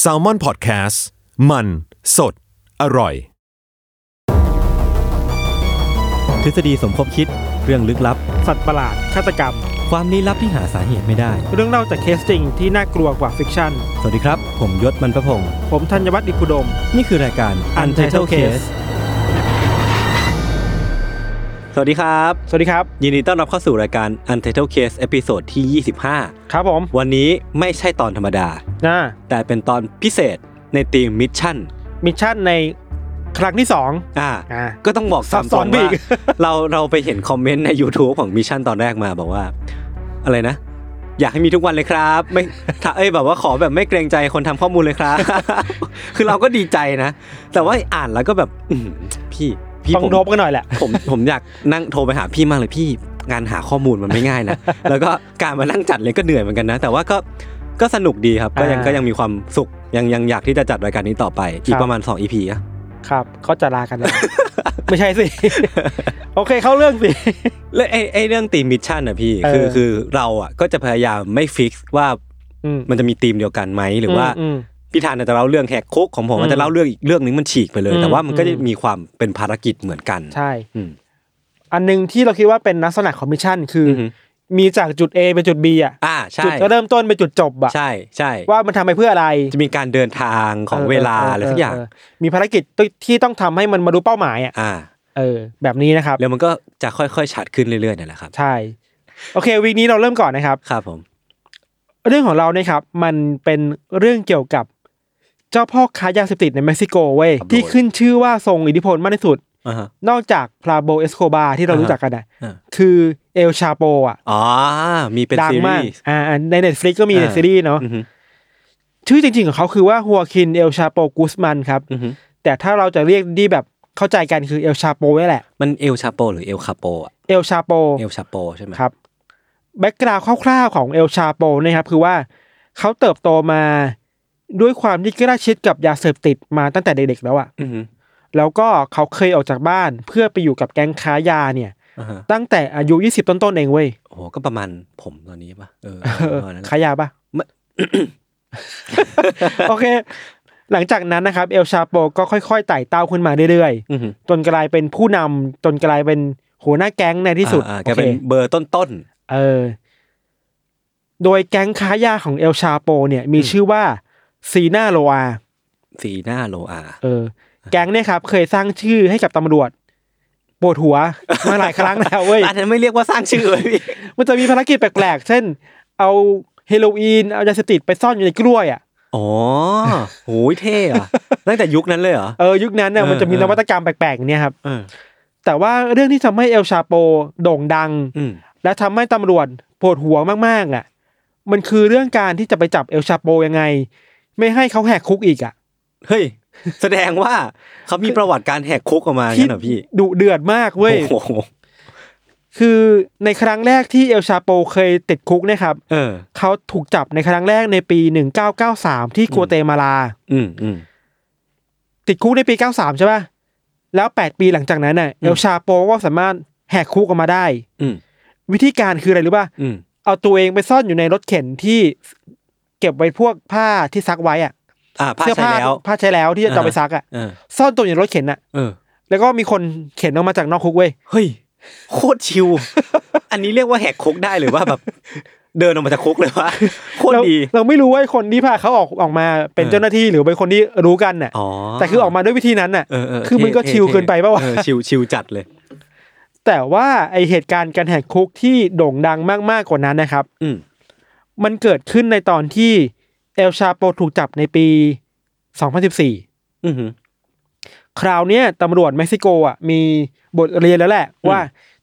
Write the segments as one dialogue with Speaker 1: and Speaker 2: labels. Speaker 1: แซลมอนพอดแคสต์มันสดอร่อย
Speaker 2: ทฤษฎีสมคบคิดเรื่องลึกลับ
Speaker 3: สัตว์ประหลาด ฆาตกรรม
Speaker 2: ความลี้ลับที่หาสาเหตุไม่ได้
Speaker 3: เรื่องเล่าจากเคสจริงที่น่ากลัวกว่าฟิกชั่น
Speaker 2: สวัสดีครับ ผมยศมันประพงศ์
Speaker 3: ผมธัญวัฒน์อิพุดม
Speaker 2: นี่คือรายการ Untitled Case สวัสดีครับ
Speaker 3: สวัสดีครับ
Speaker 2: ยินดีต้อนรับเข้าสู่รายการ Untitled Case เอพิโซดที่ 25
Speaker 3: ครับผม
Speaker 2: วันนี้ไม่ใช่ตอนธรรมดา
Speaker 3: นะ
Speaker 2: แต่เป็นตอนพิเศษในทีมมิชชั่น
Speaker 3: มิชชั่นในครั้งที่สอง
Speaker 2: อ่า
Speaker 3: อ่า
Speaker 2: ก็ต้องบอก
Speaker 3: ซั
Speaker 2: สา
Speaker 3: บ
Speaker 2: มต
Speaker 3: ซ้อ
Speaker 2: อน น
Speaker 3: ไปอี
Speaker 2: ว่าก เราเราไปเห็นคอมเมนต์ใน YouTube ของมิชชั่นตอนแรกมาบอกว่า อะไรนะ อยากให้มีทุกวันเลยครับ ไม่ถ้าเอ้ยแบบว่าขอแบบไม่เกรงใจคนทำข้อมูลเลยครับ คือเราก็ดีใจนะ แต่ว่าอ่านแล้วก็แบบอื้อหือพี่พี่
Speaker 3: ต้อง
Speaker 2: ผม
Speaker 3: ทบกันหน่อยแหละ
Speaker 2: ผมผมอยากนั่งโทรไปหาพี่มากเลยพี่งานหาข้อมูลมันไม่ง่ายนะ แล้วก็การมานั่งจัดเลยก็เหนื่อยเหมือนกันนะ แต่ว่าก็ก็สนุกดีครับ ก็ยัง
Speaker 3: อ่า
Speaker 2: ก็ยังมีความสุขยังยังอยากที่จะจัดรายการนี้ต่อไปอี
Speaker 3: ค
Speaker 2: ก
Speaker 3: รับ
Speaker 2: ประมาณ2 EP อะ
Speaker 3: ครับเขาจะลากันแล้ว ไม่ใช่สิ โอเคเข้าเรื่องสิ
Speaker 2: แล้วไอ้ไอ้เรื่องตีมมิชชั่นอะพี่
Speaker 3: เออ
Speaker 2: คือคือเราอะก็จะพยายามไม่ฟิกว่า
Speaker 3: อืม
Speaker 2: มันจะมีธีมเดียวกันไหมหรือว่า
Speaker 3: อืม
Speaker 2: พี่ธานอาจจะเล่าเรื่องแหกคุกของผม
Speaker 3: อืม
Speaker 2: อาจจะเล่าเรื่องอีกเรื่องนึงมันฉีกไปเลย
Speaker 3: อืม
Speaker 2: แต่ว่ามันก็จะ
Speaker 3: อืม
Speaker 2: มีความเป็นภารกิจเหมือนกัน
Speaker 3: ใช่
Speaker 2: อืม
Speaker 3: อันหนึงที่เราคิดว่าเป็นลักษณะของมิชชั่นคือ
Speaker 2: อื
Speaker 3: อ
Speaker 2: อฮึ
Speaker 3: มีจากจุด A ไปจุด B อ่ะ
Speaker 2: อ่าใช่
Speaker 3: จุดเริ่มต้นไปจุดจบอ่ะ
Speaker 2: ใช่ใช่
Speaker 3: ว่ามันทำไปเพื่ออะไร
Speaker 2: จะมีการเดินทางของเวลาอะไรทุกอย่าง
Speaker 3: เเเมีภารกิจที่ต้องทำให้มันมาดูเป้าหมายอ่ะ
Speaker 2: อ่า
Speaker 3: เออ แบบนี้นะครับ
Speaker 2: แล้วมันก็จะค่อยๆชัดขึ้นเรื่อยๆนั่นแหละครับ
Speaker 3: ใช่ โอเควีคนี้เราเริ่มก่อนนะครับ
Speaker 2: ครับผม
Speaker 3: เรื่องของเราเนี่ยครับ มันเป็นเรื่องเกี่ยวกับเจ้าพ่อค้ายาเสพติดในเม็กซิโกเว้ยที่ขึ้นชื่อว่าทรงอิทธิพลมากที่สุด
Speaker 2: อ่าฮะ
Speaker 3: นอกจากพลาโบเอสโคบาที่เรา
Speaker 2: อ่าฮะ
Speaker 3: รู้จักกันนะ
Speaker 2: อ่า
Speaker 3: คือเอลชาโปอ่ะ
Speaker 2: อ๋อมีเป็น
Speaker 3: ดัง
Speaker 2: ซี
Speaker 3: มา
Speaker 2: รี
Speaker 3: ก
Speaker 2: ส์
Speaker 3: อ่าในเน็ตฟลิกก็มี
Speaker 2: อ่า
Speaker 3: ในซีรีส์เนาะ
Speaker 2: อือฮึ
Speaker 3: ชื่อจริงๆของเขาคือว่าฮัวคินเอลชาโปกูสมันครับ
Speaker 2: อือฮึ
Speaker 3: แต่ถ้าเราจะเรียกดีแบบเข้าใจกันคือเอลชาโปนี่แหละ
Speaker 2: มันเอลชาโป หรือเอลคาโปอะ
Speaker 3: เอลชาโป
Speaker 2: เอลชาโปใช่ไหม
Speaker 3: ครับแบ็กกราวด์คร่าวๆของเอลชาโปนะครับคือว่าเขาเติบโตมาด้วยความที่ใกล้ชิดกับยาเสพติดมาตั้งแต่เด็กๆแล้วอะ
Speaker 2: อือฮึ
Speaker 3: แล้วก็เขาเคยออกจากบ้านเพื่อไปอยู่กับแก๊งค้ายาเนี่ย
Speaker 2: อ่าฮะ
Speaker 3: ตั้งแต่อายุ 20 ต้นๆเองเว้ย
Speaker 2: โอ้โหก็ประมาณผมตอนนี้ป่ะ เออประมาณนั้นแหละ
Speaker 3: ค้ายาปะ
Speaker 2: ไม่
Speaker 3: โอเค หลังจากนั้นนะครับเอลชาโปก็ค่อยๆไต่เต้าขึ้นมาเรื่อย
Speaker 2: อือหือ
Speaker 3: ๆ จนกลายเป็นผู้นำจนกลายเป็นหัวหน้าแก๊งในที่สุด
Speaker 2: อ่าอ่า
Speaker 3: โอ
Speaker 2: แก
Speaker 3: เค
Speaker 2: เป็นเบอร์ต้นต้น
Speaker 3: เออ โดยแก๊งค้ายาของเอลชาโปเนี่ย มี
Speaker 2: อืม
Speaker 3: ชื่อว่าซีนาโลอา
Speaker 2: ๆสีหน้าโลอา
Speaker 3: เออ แก๊งเนี่ยครับ เคยสร้างชื่อให้กับตำรวจปวดหัว มาหลายครั้งแล้วเว้ย
Speaker 2: อัน นั้นไม่เรียกว่าสร้างชื่อเลยพี่
Speaker 3: มันจะมีภารกิจแปลกๆ เช่น เอาเฮโรอีน เอายาเสพติดไปซ่อนอยู่ในกล้วยอ่ะ
Speaker 2: อ๋อโหยเท่อะตั้งแต่ยุคนั้นเลยเหรอ
Speaker 3: เออ ยุคนั้นเนี่ย
Speaker 2: เออ
Speaker 3: มันจะมี
Speaker 2: เออ
Speaker 3: นวัตกรรมแปลกๆอย่างเนี่ยครับ
Speaker 2: เออ
Speaker 3: แต่ว่าเรื่องที่ทำให้เอลชาโปโด่งดัง
Speaker 2: อืม
Speaker 3: และทำให้ตำรวจปวดหัวมากๆอ่ะ มันคือเรื่องการที่จะไปจับเอลชาโปยังไง ไม่ให้เขาแหกคุกอีกอ่ะ
Speaker 2: เฮ้ย แสดงว่าเขามีประวัติการแหกคุกออกมา
Speaker 3: ที่
Speaker 2: งั้นเหรอพี่
Speaker 3: ดุเดือดมากเว้ย
Speaker 2: โอ้โห
Speaker 3: คือในครั้งแรกที่เอลชาโปเคยติดคุกเนะครับ
Speaker 2: เออ
Speaker 3: เขาถูกจับในครั้งแรกในปี 1993 ที่กัวเตมาลา
Speaker 2: อืมอืม
Speaker 3: ติดคุกในปี 93 ใช่ป่ะ แล้ว 8 ปีหลังจากนั้นน่ะ
Speaker 2: อืม
Speaker 3: เอลชาโปก็สามารถแหกคุกออกมาได้
Speaker 2: อืม
Speaker 3: วิธีการคืออะไรรู้ป่ะ
Speaker 2: อืม
Speaker 3: เอาตัวเองไปซ่อนอยู่ในรถเข็นที่เก็บไว้พวกผ้าที่ซักไว้อะ
Speaker 2: อ่าผ้า
Speaker 3: เสื้อ
Speaker 2: ใช้
Speaker 3: ผ้า
Speaker 2: แล้ว
Speaker 3: ผ้าใช้แล้วที่จะเอาไปซักอ่ะ
Speaker 2: เออ
Speaker 3: ซ่อนตัวอยู่ในรถเข็นน่ะ
Speaker 2: เออ
Speaker 3: แล้วก็มีคนเข็นออกมาจากนอกคุกเว้ย
Speaker 2: เฮ้ย โคตรชิว อันนี้เรียกว่าแหกคุกได้หรือว่าแบบ เดินออกมาจากคุกเลยวะโคตร
Speaker 3: เรา
Speaker 2: ดี
Speaker 3: เราไม่รู้ว่าคนที่พาเขาออกออกมาเป็น
Speaker 2: เออ
Speaker 3: เจ้าหน้าที่หรือเป็นคนที่รู้กันน่ะ
Speaker 2: อ๋อ
Speaker 3: แต่คือออกมาด้วยวิธีนั้นน่ะ
Speaker 2: เออเออ
Speaker 3: คือมันก็
Speaker 2: ท่
Speaker 3: ชิล
Speaker 2: ท่
Speaker 3: เกินไปปะวะ
Speaker 2: เออชิลชิลจัดเลย
Speaker 3: แต่ว่าไอเหตุการณ์การแหกคุกที่โด่งดังมากๆกว่านั้นนะครับ
Speaker 2: อืม
Speaker 3: มันเกิดขึ้นในตอนที่เอลชาโปถูกจับในปี 2014
Speaker 2: อือหือ
Speaker 3: คราวเนี้ยตำรวจเม็กซิโกอ่ะมีบทเรียนแล้วแหละว่า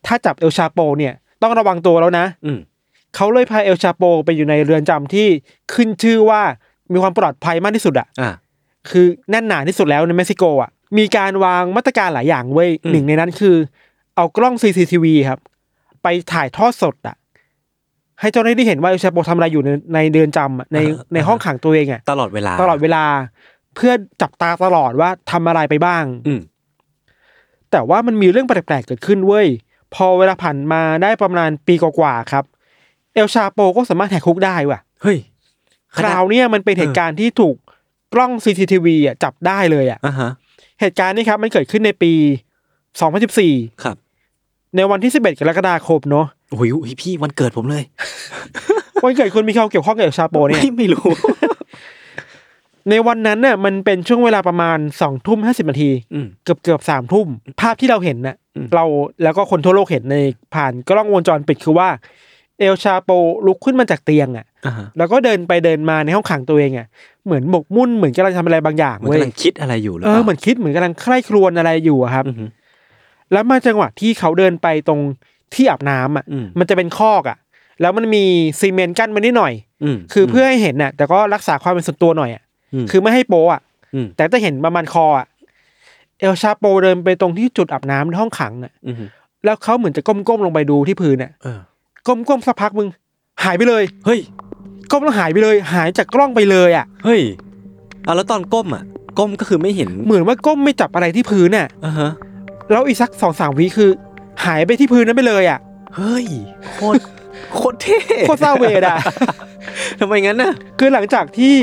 Speaker 3: ถ้าจับเอลชาโปเนี่ยต้องระวังตัวแล้วนะ
Speaker 2: อืม
Speaker 3: เขาเลยพาเอลชาโปไปอยู่ในเรือนจำที่ขึ้นชื่อว่ามีความปลอดภัยมากที่สุดอ่ะ
Speaker 2: อ่ะ
Speaker 3: คือแน่นหนาที่สุดแล้วในเม็กซิโกอ่ะ มีการวางมาตรการหลายอย่างเว้ย
Speaker 2: อืม
Speaker 3: หนึ่งในนั้นคือ เอากล้อง CCTV ครับ ไปถ่ายทอดสดอ่ะ ให้เจ้าหน้าที่เห็นว่าเอลชาโปทำอะไรอยู่ในในเดือนจำอะในในห้องขังตัวเองอ่ะ
Speaker 2: ตลอดเวลา
Speaker 3: ตลอดเวลาเพื่อจับตาตลอดว่าทำอะไรไปบ้าง
Speaker 2: อืม
Speaker 3: แต่ว่ามันมีเรื่องแปลกๆเกิดขึ้นเว้ย พอเวลาผ่านมาได้ประมาณปีกว่าๆครับ เอลชาโปก็สามารถแหกคุกได้ว่ะ
Speaker 2: เฮ้ย
Speaker 3: คราวเนี้ยมันเป็นเหตุการณ์ที่ถูกกล้อง CCTV อ่ะจับได้เลยอ่ะ
Speaker 2: อ่ะฮะ
Speaker 3: เหตุการณ์นี้ครับมันเกิดขึ้นในปี 2014
Speaker 2: ครับ
Speaker 3: ในวันที่ 11 กรกฎาคมเนาะ
Speaker 2: โอ้ยอุ๊ยพี่วันเกิดผมเลย
Speaker 3: วันเกิดคุณมีความเกี่ยวข้องกับเอลชาโปเนี่ย
Speaker 2: ไม่ไม่รู้
Speaker 3: ในวันนั้นน่ะมันเป็นช่วงเวลาประมาณ2องทุ่มห้าสิบนาที
Speaker 2: อืม
Speaker 3: เกือบเกือบสามทุ่ม ภาพที่เราเห็นน่ะ
Speaker 2: อืม
Speaker 3: เราแล้วก็คนทั่วโลกเห็นในผ่านกล้องวงจรปิดคือว่า เอลชาโปลุกขึ้นมาจากเตียงอ่ะ
Speaker 2: อ่าฮะ
Speaker 3: แล้วก็เดินไปเดินมาในห้องขังตัวเองอ่ะ เหมือนหมกมุ่นเหมือนกำลังทำอะไรบางอย่าง
Speaker 2: มัน
Speaker 3: เว้ย
Speaker 2: กำลังคิดอะไรอยู่หรือ
Speaker 3: เอ
Speaker 2: เป
Speaker 3: อ
Speaker 2: ล่า
Speaker 3: เหมือนคิดเหมือนกำลังใคร่ครวญอะไรอยู่อะครับ
Speaker 2: อือฮึ
Speaker 3: แล้วมาจังหวะที่เขาเดินไปตรงที่อาบน้ำอ่ะ
Speaker 2: อืม
Speaker 3: มันจะเป็นคอกอ่ะ แล้วมันมีซีเมนต์กั้นไว้นิดหน่อย
Speaker 2: อืม
Speaker 3: คือเพื่อให้เห็นน่ะ แต่ก็รักษาความเป็นส่วนตัวหน่อยอ่ะ
Speaker 2: ม
Speaker 3: คือไม่ให้โปะอ่ะ
Speaker 2: ม
Speaker 3: แต่จะเห็นประมาณคออ่ะ เอลชาโปเดินไปตรงที่จุดอาบน้ำในห้องขังอ่ะ
Speaker 2: อือฮึ
Speaker 3: แล้วเขาเหมือนจะก้มๆลงไปดูที่พื้นอ่ะ
Speaker 2: เออ
Speaker 3: ก้มๆสักพักมึง หายไปเลย
Speaker 2: เฮ้ย
Speaker 3: ก้มแล้วหายไปเลย หายจากกล้องไปเลยอ่ะ
Speaker 2: เฮ้ยเอาแล้วตอนก้มอ่ะ ก้มก็คือไม่เห็น
Speaker 3: เหมือนว่าก้มไม่จับอะไรที่พื้นอ่ะ
Speaker 2: อ่าฮะ
Speaker 3: แล้วอีกสักสองสามวิคือ หายไปที่พื้นนั้นไปเลยอ่ะ
Speaker 2: เฮ้ยโคตรโคตรเท่
Speaker 3: โคตรเศร้าเวดอ่ะ
Speaker 2: ทำไมงั้นน่ะ
Speaker 3: คือหลังจากที่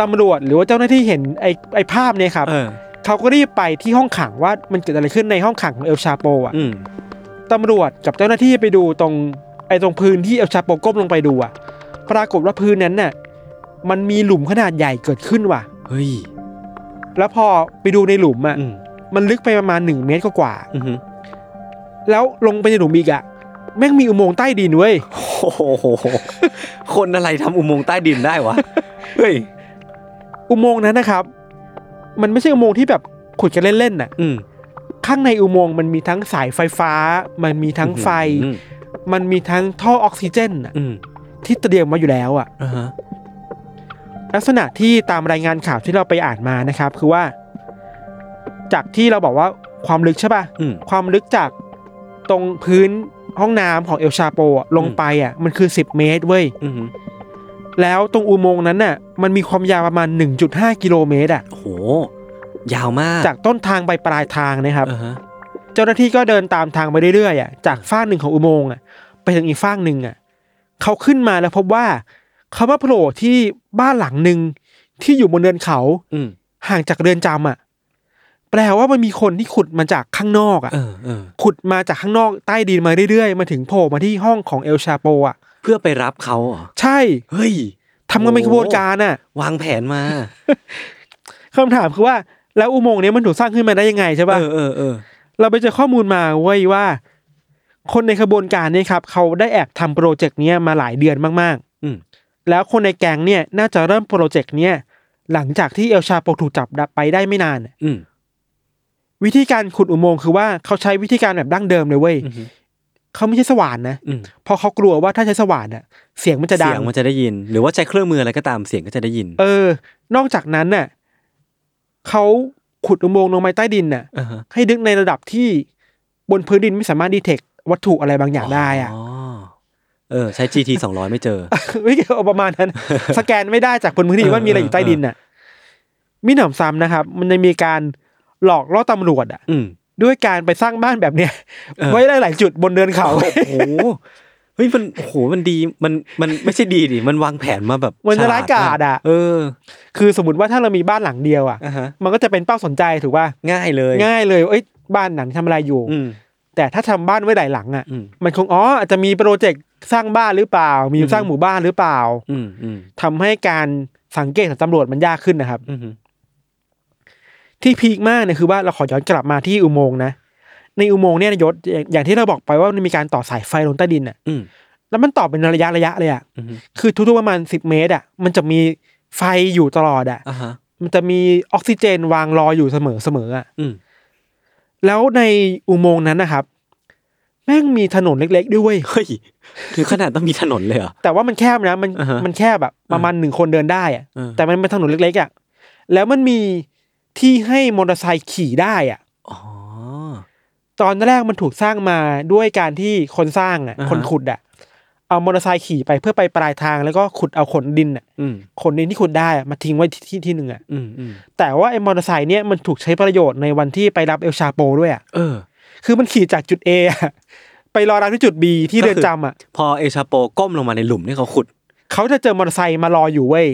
Speaker 3: ตำรวจหรือว่าเจ้าหน้าที่เห็นไอ้ไอ้ภาพเนี่ยครับ
Speaker 2: เออ
Speaker 3: เขาก็รีบไปที่ห้องขังว่ามันเกิดอะไรขึ้นในห้องขังของเอลชาโปอ่ะ
Speaker 2: อืม
Speaker 3: ตำรวจกับเจ้าหน้าที่ไปดูตรงไอ้ตรงพื้นที่เอลชาโปก้มลงไปดูอ่ะ ปรากฏว่าพื้นนั้นน่ะมันมีหลุมขนาดใหญ่เกิดขึ้นว่ะ
Speaker 2: เฮ้ย
Speaker 3: แล้วพอไปดูในหลุมอ่ะ
Speaker 2: อืม
Speaker 3: มันลึกไปประมาณหนึ่งเมตรกว่า
Speaker 2: อือฮึ
Speaker 3: ๆแล้วลงไปในหลุมอีกอ่ะแม่งมีอุโมงค์ใต้ดินเว้ย
Speaker 2: โอ้โหคนอะไรทำอุโมงค์ใต้ดินได้วะเฮ้ย
Speaker 3: อุโมงค์นั้นนะครับ มันไม่ใช่อุโมงค์ที่แบบขุดกันเล่นๆน่ะ
Speaker 2: อืม
Speaker 3: ข้างในอุโมงค์มันมีทั้งสายไฟฟ้า มันมีทั้งไฟ
Speaker 2: อืม
Speaker 3: มันมีทั้งท่อออกซิเจนน่ะ
Speaker 2: อืม
Speaker 3: ที่เตรียมมาอยู่แล้วอ่ะ
Speaker 2: อ่าฮะ
Speaker 3: ลักษณะที่ตามรายงานข่าวที่เราไปอ่านมานะครับ คือว่า จากที่เราบอกว่าความลึกใช่ป่ะ
Speaker 2: อืม
Speaker 3: ความลึกจากตรงพื้นห้องน้ำของเอลชาโปอะลงไปอ่ะ มันคือ 10 เมตรเว้ย
Speaker 2: อือฮึ
Speaker 3: แล้วตรงอุโมงค์นั้นน่ะ มันมีความยาวประมาณ 1.5 กิโลเมตรอ่ะ
Speaker 2: โอ้โห ยาวมาก
Speaker 3: จากต้นทางไปปลายทางนะครับ
Speaker 2: อ่าฮะ
Speaker 3: เจ้าหน้าที่ก็เดินตามทางไปเรื่อยๆอ่ะ จากฝ้ากหนึ่งของอุโมงค์อ่ะ ไปถึงอีกฝ้ากหนึ่งอ่ะ เขาขึ้นมาแล้วพบว่าเขามาโผล่ที่บ้านหลังหนึ่งที่อยู่บนเนินเขา
Speaker 2: อืม
Speaker 3: ห่างจากเรือนจำอ่ะ แปลว่ามันมีคนที่ขุดมาจากข้างนอกอ่ะ
Speaker 2: เออเออ
Speaker 3: ขุดมาจากข้างนอกใต้ดินมาเรื่อยๆ มาถึงโผล่มาที่ห้องของเอลชาโปอ่ะ
Speaker 2: เพื่อไปรับเขาเหรอ
Speaker 3: ใช่
Speaker 2: เฮ้ย
Speaker 3: ทำกันเป็น
Speaker 2: โอ้
Speaker 3: ขบวนการอ่ะ
Speaker 2: วางแผนมา
Speaker 3: คำถามคือว่า แล้วอุโมงค์เนี้ยมันถูกสร้างขึ้นมาได้ยังไงใช่ป่ะ
Speaker 2: เออเออเออ
Speaker 3: เราไปเจอข้อมูลมาเว้ยว่า คนในขบวนการเนี่ยครับ เขาได้แอบทำโปรเจกต์เนี้ยมาหลายเดือนมาก
Speaker 2: อืม
Speaker 3: ๆ แล้วคนในแก๊งเนี่ยน่าจะเริ่มโปรเจกต์เนี้ยหลังจากที่เอลชาโปถูกจับไปได้ไม่นาน
Speaker 2: อืม
Speaker 3: วิธีการขุดอุโมงค์คือว่าเขาใช้วิธีการแบบดั้งเดิมเลยเว้ย
Speaker 2: อืม
Speaker 3: เขาไม่ใช่สว่านนะ
Speaker 2: อืม
Speaker 3: เพราะเขากลัวว่าถ้าใช้สว่านอะเสียงมันจะดั
Speaker 2: เสี
Speaker 3: ง
Speaker 2: ยงมันจะได้ยิน หรือว่าใช้เครื่องมืออะไรก็ตามเสียงก็จะได้ยิน
Speaker 3: เออ นอกจากนั้นน่ะเขาขุดอุโมงค์ลงไปใต้ดินน่ะ
Speaker 2: เออฮะ
Speaker 3: ให้ดึกในระดับที่บนพื้นดินไม่สามารถดีเทควัตถุอะไรบางอย่างได้อะ
Speaker 2: อ๋อ เออ ใช้ GT สองร้อยไม่เจอ
Speaker 3: ไม่เกี่ยวประมาณ นั้น สแกนไม่ได้จากบนพื้นดินว่ามีอะไรอยู่ใต้ดินน่ะ มิหนำซ้ำนะครับ มันยังมีการหลอกล่อตำรวจอ่ะ
Speaker 2: อืม
Speaker 3: ด้วยการไปสร้างบ้านแบบเนี้ย
Speaker 2: เออ
Speaker 3: ไว้หลายๆจุดบนเดินเขา
Speaker 2: โอ้โห เฮ้ย มัน โอ้โห มันดี มัน มันไม่ใช่ดีดิ มันวางแผนมาแบบ
Speaker 3: มันจะ
Speaker 2: ฉลด
Speaker 3: ร้ายกาจอะ
Speaker 2: เออ
Speaker 3: คือสมมติว่าถ้าเรามีบ้านหลังเดียวอ่ะ
Speaker 2: อ่ะฮะ
Speaker 3: มันก็จะเป็นเป้าสนใจถูกป่ะ
Speaker 2: ง่ายเลย
Speaker 3: ง่ายเลย เอ้ย บ้านหนังทำอะไรอยู่
Speaker 2: อืม
Speaker 3: แต่ถ้าทำบ้านไว้หลายหลังอ่ะ
Speaker 2: อืม
Speaker 3: มันคง อ๋อ อาจจะมีโปรเจกต์สร้างบ้านหรือเปล่า มี
Speaker 2: อืม
Speaker 3: สร้างหมู่บ้านหรือเปล่า
Speaker 2: อืมอืม
Speaker 3: ทำให้การสังเกตของตำรวจมันยากขึ้นนะครับ
Speaker 2: อืม
Speaker 3: ที่พีคมากเนี่ยคือว่าเราขอย้อนกลับมาที่อุโมงค์นะ ในอุโมงค์เนี่ยนะยศอย่างอย่างที่เราบอกไปว่ามันมีการต่อสายไฟลงใต้ดินอ่ะ
Speaker 2: อืม
Speaker 3: แล้วมันต่อเป็นระยะระยะเลยอ่ะ
Speaker 2: อืม
Speaker 3: คือทุกๆประมาณสิบเมตรอ่ะ มันจะมีไฟอยู่ตลอดอ่ะ
Speaker 2: อ่ะฮะ
Speaker 3: มันจะมีออกซิเจนวางรออยู่เสมอเสมออ่ะ
Speaker 2: อืม
Speaker 3: แล้วในอุโมงค์นั้นนะครับ แม่งมีถนนเล็กๆด้วยเว้ย
Speaker 2: เฮ้ยถึงขนาดต้องมีถนนเลยเหรอ
Speaker 3: แต่ว่ามันแคบนะมัน
Speaker 2: อ่าฮะ
Speaker 3: มันแคบแบบประมาณหนึ่งคนเดินได้อะ
Speaker 2: เออ
Speaker 3: แต่มันเป็นถนนเล็กๆอ่ะแล้วมันมีที่ให้มอเตอร์ไซค์ขี่ได้อ่ะ
Speaker 2: อ๋อ
Speaker 3: ตอนแรกมันถูกสร้างมาด้วยการที่คนสร้างอ่ะ
Speaker 2: อ่าฮะ
Speaker 3: คนขุดอ่ะเอามอเตอร์ไซค์ขี่ไปเพื่อไปปลายทางแล้วก็ขุดเอาขนดินอ่ะ
Speaker 2: อืม
Speaker 3: ขนดินที่ขุดได้อะมาทิ้งไว้ที่ที่ที่หนึ่งอ่ะ
Speaker 2: อืมอืม
Speaker 3: แต่ว่าไอ้มอเตอร์ไซค์เนี่ยมันถูกใช้ประโยชน์ในวันที่ไปรับเอลชาโปด้วยอ่ะ
Speaker 2: เออ
Speaker 3: คือมันขี่จากจุด A อะไปรอรับที่จุด B ที่เรือนจำอ่ะ
Speaker 2: พอเอลชาโปก้มลงมาในหลุมที่เขาขุด
Speaker 3: เขาจะเจอมอเตอร์ไซค์มารออยู่เว้ย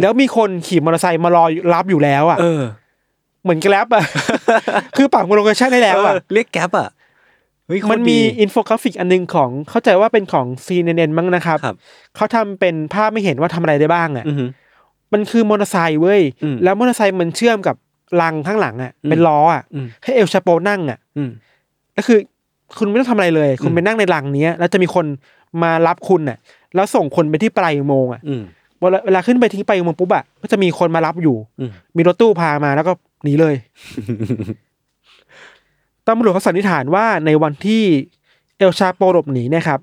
Speaker 3: แล้วมีคนขี่มอเตอร์ไซค์มารอรับอยู่แล้วอ่ะ
Speaker 2: เออ
Speaker 3: เหมือนแกร็บอ่ะ คือปักโลเคชั่นได้แล้วอ่ะ
Speaker 2: เออเรียกแก๊ปอ่ะเฮ้ยโคตร
Speaker 3: มันมี
Speaker 2: ดี
Speaker 3: อินโฟกราฟิกอันนึงของเข้าใจว่าเป็นของ CNN มั้งนะครับ
Speaker 2: ครับ
Speaker 3: เขาทำเป็นภาพไม่เห็นว่าทำอะไรได้บ้างอ่ะ
Speaker 2: อือหือ
Speaker 3: มันคือมอเตอร์ไซค์เว้ย
Speaker 2: อืม
Speaker 3: แล้วมอเตอร์ไซค์มันเชื่อมกับรังข้างหลังอ่ะ
Speaker 2: อืม
Speaker 3: เป็นล้ออ่ะ
Speaker 2: อืม
Speaker 3: ให้เอลชาโปนั่งอ่ะ
Speaker 2: อืม
Speaker 3: ก็คือคุณไม่ต้องทำอะไรเลย คุณ
Speaker 2: อืม
Speaker 3: ไปนั่งในรังเนี้ย แล้วจะมีคนมารับคุณอ่ะ แล้วส่งคนไปที่ปลายอุโมงค์อ่ะ
Speaker 2: อืม
Speaker 3: เวลาเวลาขึ้นไปที่ปลายอุโมงค์ปุ๊บอ่ะ ก็จะมีคนมารับอยู่
Speaker 2: อืม
Speaker 3: มีรถตู้พามาแล้วก็หนีเลย ตำรวจเขาสันนิษฐานว่าในวันที่เอลชาโปหลบหนีเนะครับ